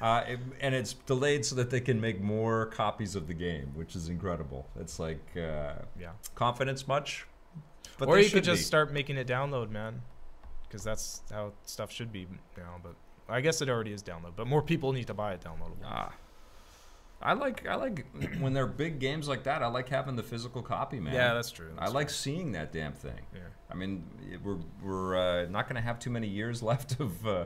Uh, it, and it's delayed so that they can make more copies of the game, which is incredible. It's like uh, Yeah. confidence much, but or they you should could just be. start making it download, man, because that's how stuff should be now. But I guess it already is download. But more people need to buy it downloadable. Ah. I like I like when they're big games like that. I like having the physical copy, man. Yeah, that's true. I that's like seeing that damn thing. true. Yeah. I mean, it- we're we're uh, not going to have too many years left of uh,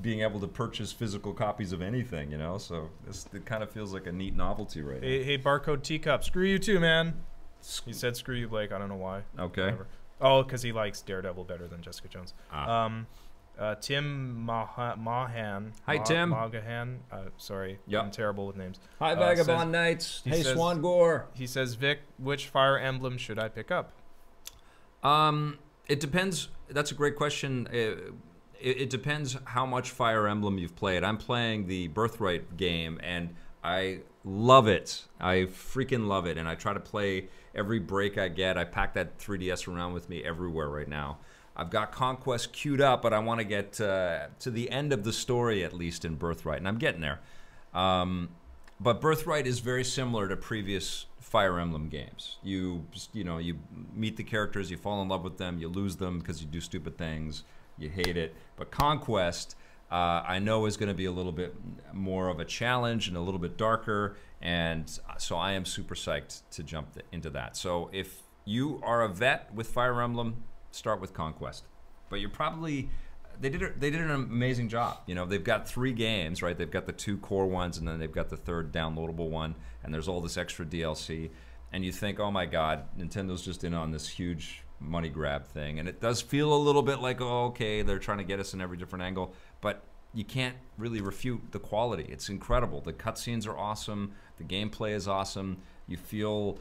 being able to purchase physical copies of anything, you know. So this, it kind of feels like a neat novelty right Hey, hey, barcode teacup. Screw you too, man. He now. said, "Screw you, Blake." I don't know why. Okay. Whatever. Oh, because he likes Daredevil better than Jessica Jones. Ah. Um, Uh, Tim Maha- Mahan. Hi, Tim. Magahan. Uh, sorry, Yep. I'm terrible with names. Hi, Uh, says- Vagabond Knights. he hey, says- Swan Gore. He says, Vic, which fire emblem should I pick up? Um, it depends. That's a great question. Uh, It, it depends how much Fire Emblem you've played. I'm playing the Birthright game, and I love it. I freaking love it, and I try to play every break I get. I pack that 3DS around with me everywhere right now. I've got Conquest queued up, but I want to get uh, to the end of the story at least in Birthright, and I'm getting there. Um, but Birthright is very similar to previous Fire Emblem games. You you know you meet the characters, you fall in love with them, you lose them because you do stupid things, you hate it. But Conquest, uh, I know, is going to be a little bit more of a challenge and a little bit darker, and uh, so I am super psyched to jump th- into that. So if you are a vet with Fire Emblem, start with Conquest, but you're probably they did a, they did an amazing job. You know, they've got three games, right? They've got the two core ones, and then they've got the third downloadable one, and there's all this extra DLC. And you think, oh my God, Nintendo's just in on this huge money grab thing, and it does feel a little bit like, oh, okay, they're trying to get us in every different angle, but you can't really refute the quality. It's incredible. The cutscenes are awesome. The gameplay is awesome. You feel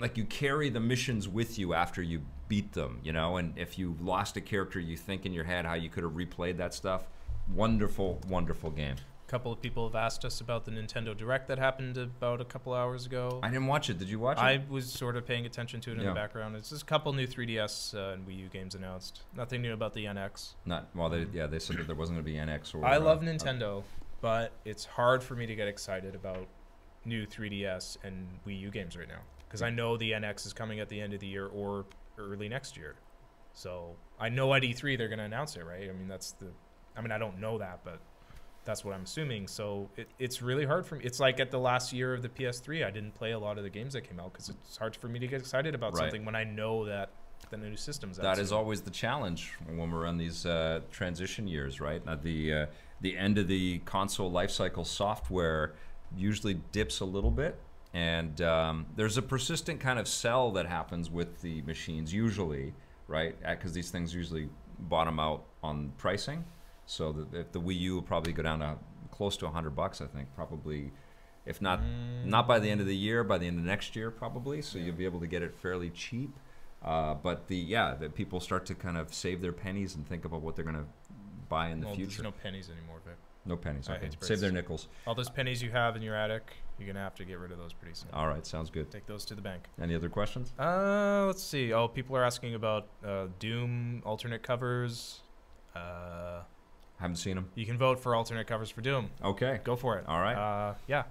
like you carry the missions with you after you beat them, you know, and if you lost a character, you think in your head how you could have replayed that stuff. Wonderful, wonderful game. A couple of people have asked us about the Nintendo Direct that happened about a couple hours ago. I didn't watch it. Did you watch it? I was sort of paying attention to it in Yeah. the background. It's just a couple new 3DS uh, and Wii U games announced. Nothing new about the NX. Not well. They, yeah, they said that there wasn't going to be NX or. I love uh, Nintendo, but it's hard for me to get excited about new 3DS and Wii U games right now because I know the NX is coming at the end of the year or early next year. So I know at E3 they're going to announce it, right? I mean, that's the. I mean, I don't know that, but that's what I'm assuming. So it, it's really hard for me. It's like at the last year of the PS3, I didn't play a lot of the games that came out because it's hard for me to get excited about Right. something when I know that the new system's out. That soon. is always the challenge when we're on these uh, transition years, right? Now the uh, the end of the console lifecycle software usually dips a little bit, and um, there's a persistent kind of sell that happens with the machines usually, right? Because these things usually bottom out on pricing. So the, if the Wii U will probably go down to close to 100 bucks, I think probably, if not Mm. not by the end of the year, by the end of next year probably. So you'll be able to get it fairly cheap. Uh, but the yeah, that people start to kind of save their pennies and think about what they're going to buy in the Well, future. There's No, no pennies anymore, Vic. pennies. I Okay. hate to break Save their this. nickels. All those pennies you have in your attic, you're gonna have to get rid of those pretty soon. All right, sounds good. Take those to the bank. Any other questions? Uh, let's see. Oh, people are asking about uh, Doom alternate covers. Uh, Haven't seen them. you can vote for alternate covers for Doom. Okay. Go for it. All right. Uh, yeah.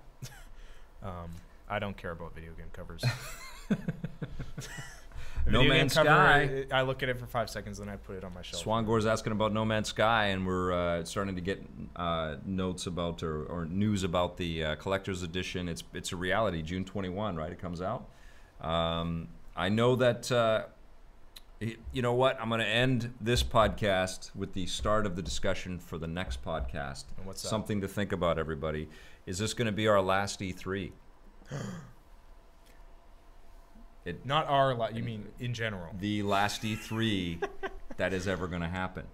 um, I don't care about video game covers. No Man's cover, I I look at it for five seconds, then I put it on my shelf. Swangore's asking about No Man's Sky, and we're uh, starting to get uh, notes about or, or news about the uh, collector's edition. It's it's a reality. June 21, right? It comes out. Um, I know that. Uh, y- you know what? I'm going to end this podcast with the start of the discussion for the next podcast. And what's that? Something to think about, everybody. Is this going to be our last E E3? Not our lot. You mean in general? The last E3 that is ever going to happen?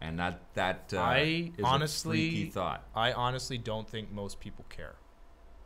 And that that uh, I is honestly- a freaky thought. I honestly don't think most people care.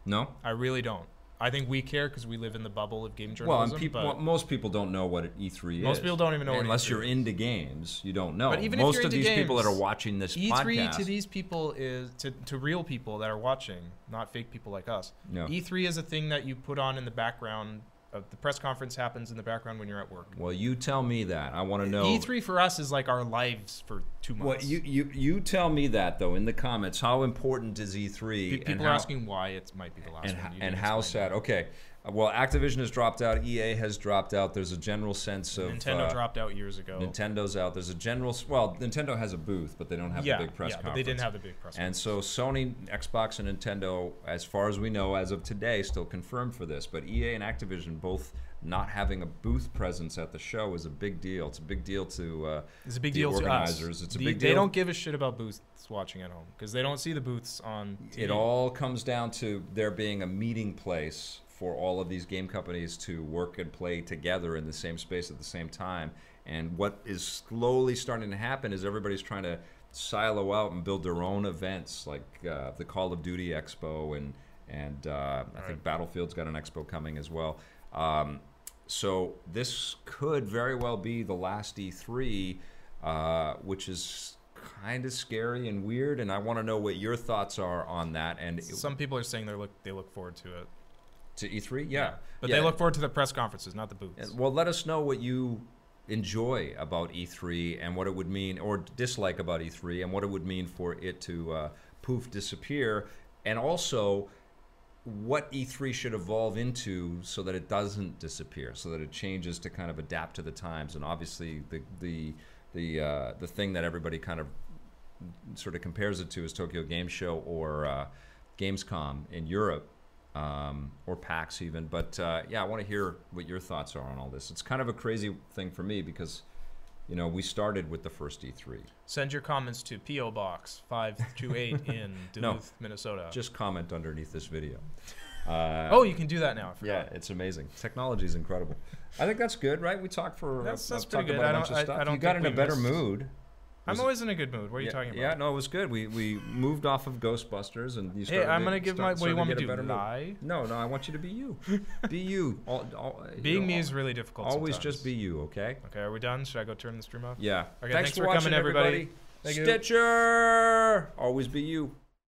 No. I really don't. I think we care because we live in the bubble of game journalism. Well, and people, but most people don't know what an E3 most is. people don't even know what unless E3 you're is. into games, you don't know. But even if most you're of into these people that are games, watching this E3 podcast, E to these people is to, to real people that are watching, not fake people like us. no. E3 is a thing that you put on in the background. Of the press conference happens in the background when you're at work. Well, you tell me that. I want to know. E3 for us is like our lives for two months. Well, you, you you tell me that though in the comments. How important is E3? Pe- and people are how- asking why it might be the last and, one. ho- You and can how explain sad. Okay, Uh, well, Activision has dropped out. EA has dropped out. There's a general sense that. of Nintendo uh, dropped out years ago. Nintendo's out. There's a general. s- Well, Nintendo has a booth, but they don't have yeah, the big press yeah, conference. but they didn't have the big press. And conference. so Sony, Xbox, and Nintendo, as far as we know, as of today, still confirmed for this. But EA and Activision both not having a booth presence at the show is a big deal. It's a big deal to uh, It's a big the deal to organizers, us. it's a The- big They deal. don't give a shit about booths watching at home because they don't see the booths on. it. TV. All comes down to there being a meeting place for all of these game companies to work and play together in the same space at the same time. And what is slowly starting to happen is everybody's trying to silo out and build their own events, like uh, the Call of Duty Expo, and and uh, I think Right. Battlefield's got an expo coming as well. Um, so this could very well be the last E3, uh, which is kind of scary and weird. And I want to know what your thoughts are on that. And Some people are saying they look they look forward to it. to E3, yeah, But Yeah. they look forward to the press conferences, not the booths. And- Well, let us know what you enjoy about E3 and what it would mean, or dislike about E3 and what it would mean for it to uh, poof disappear, and also what E3 should evolve into so that it doesn't disappear, so that it changes to kind of adapt to the times. And obviously, the the the uh, the thing that everybody kind of sort of compares it to is Tokyo Game Show or uh, Gamescom in Europe um, or PAX even. But uh, yeah, I want to hear what your thoughts are on all this. It's kind of a crazy thing for me because, you know, we started with the first E E3. Send your comments to P.O. Box 528 in Duluth, No. Minnesota. Just comment underneath this video. Uh, oh, you can do that now. I forgot. yeah, it's amazing. Technology is incredible. I think that's good, right? We talked for That's- uh, that's talked pretty good. about I a bunch don't- of I- stuff. I don't you got think in a we better missed- mood. I'm Was it- always in a good mood. What are you yeah, talking about? Yeah, no, it was good. We we moved off of Ghostbusters and you Hey, started I'm to- gonna give start- my. What do you want me started to get a do? better mood. Lie? No, no, I want you to be you. be you. All, all, you Being know, me al- is really difficult. always sometimes. just be you, okay? Okay, are we done? Should I go turn the stream off? Yeah. Okay, thanks for coming, everybody. Thank you. Stitcher! Always be you.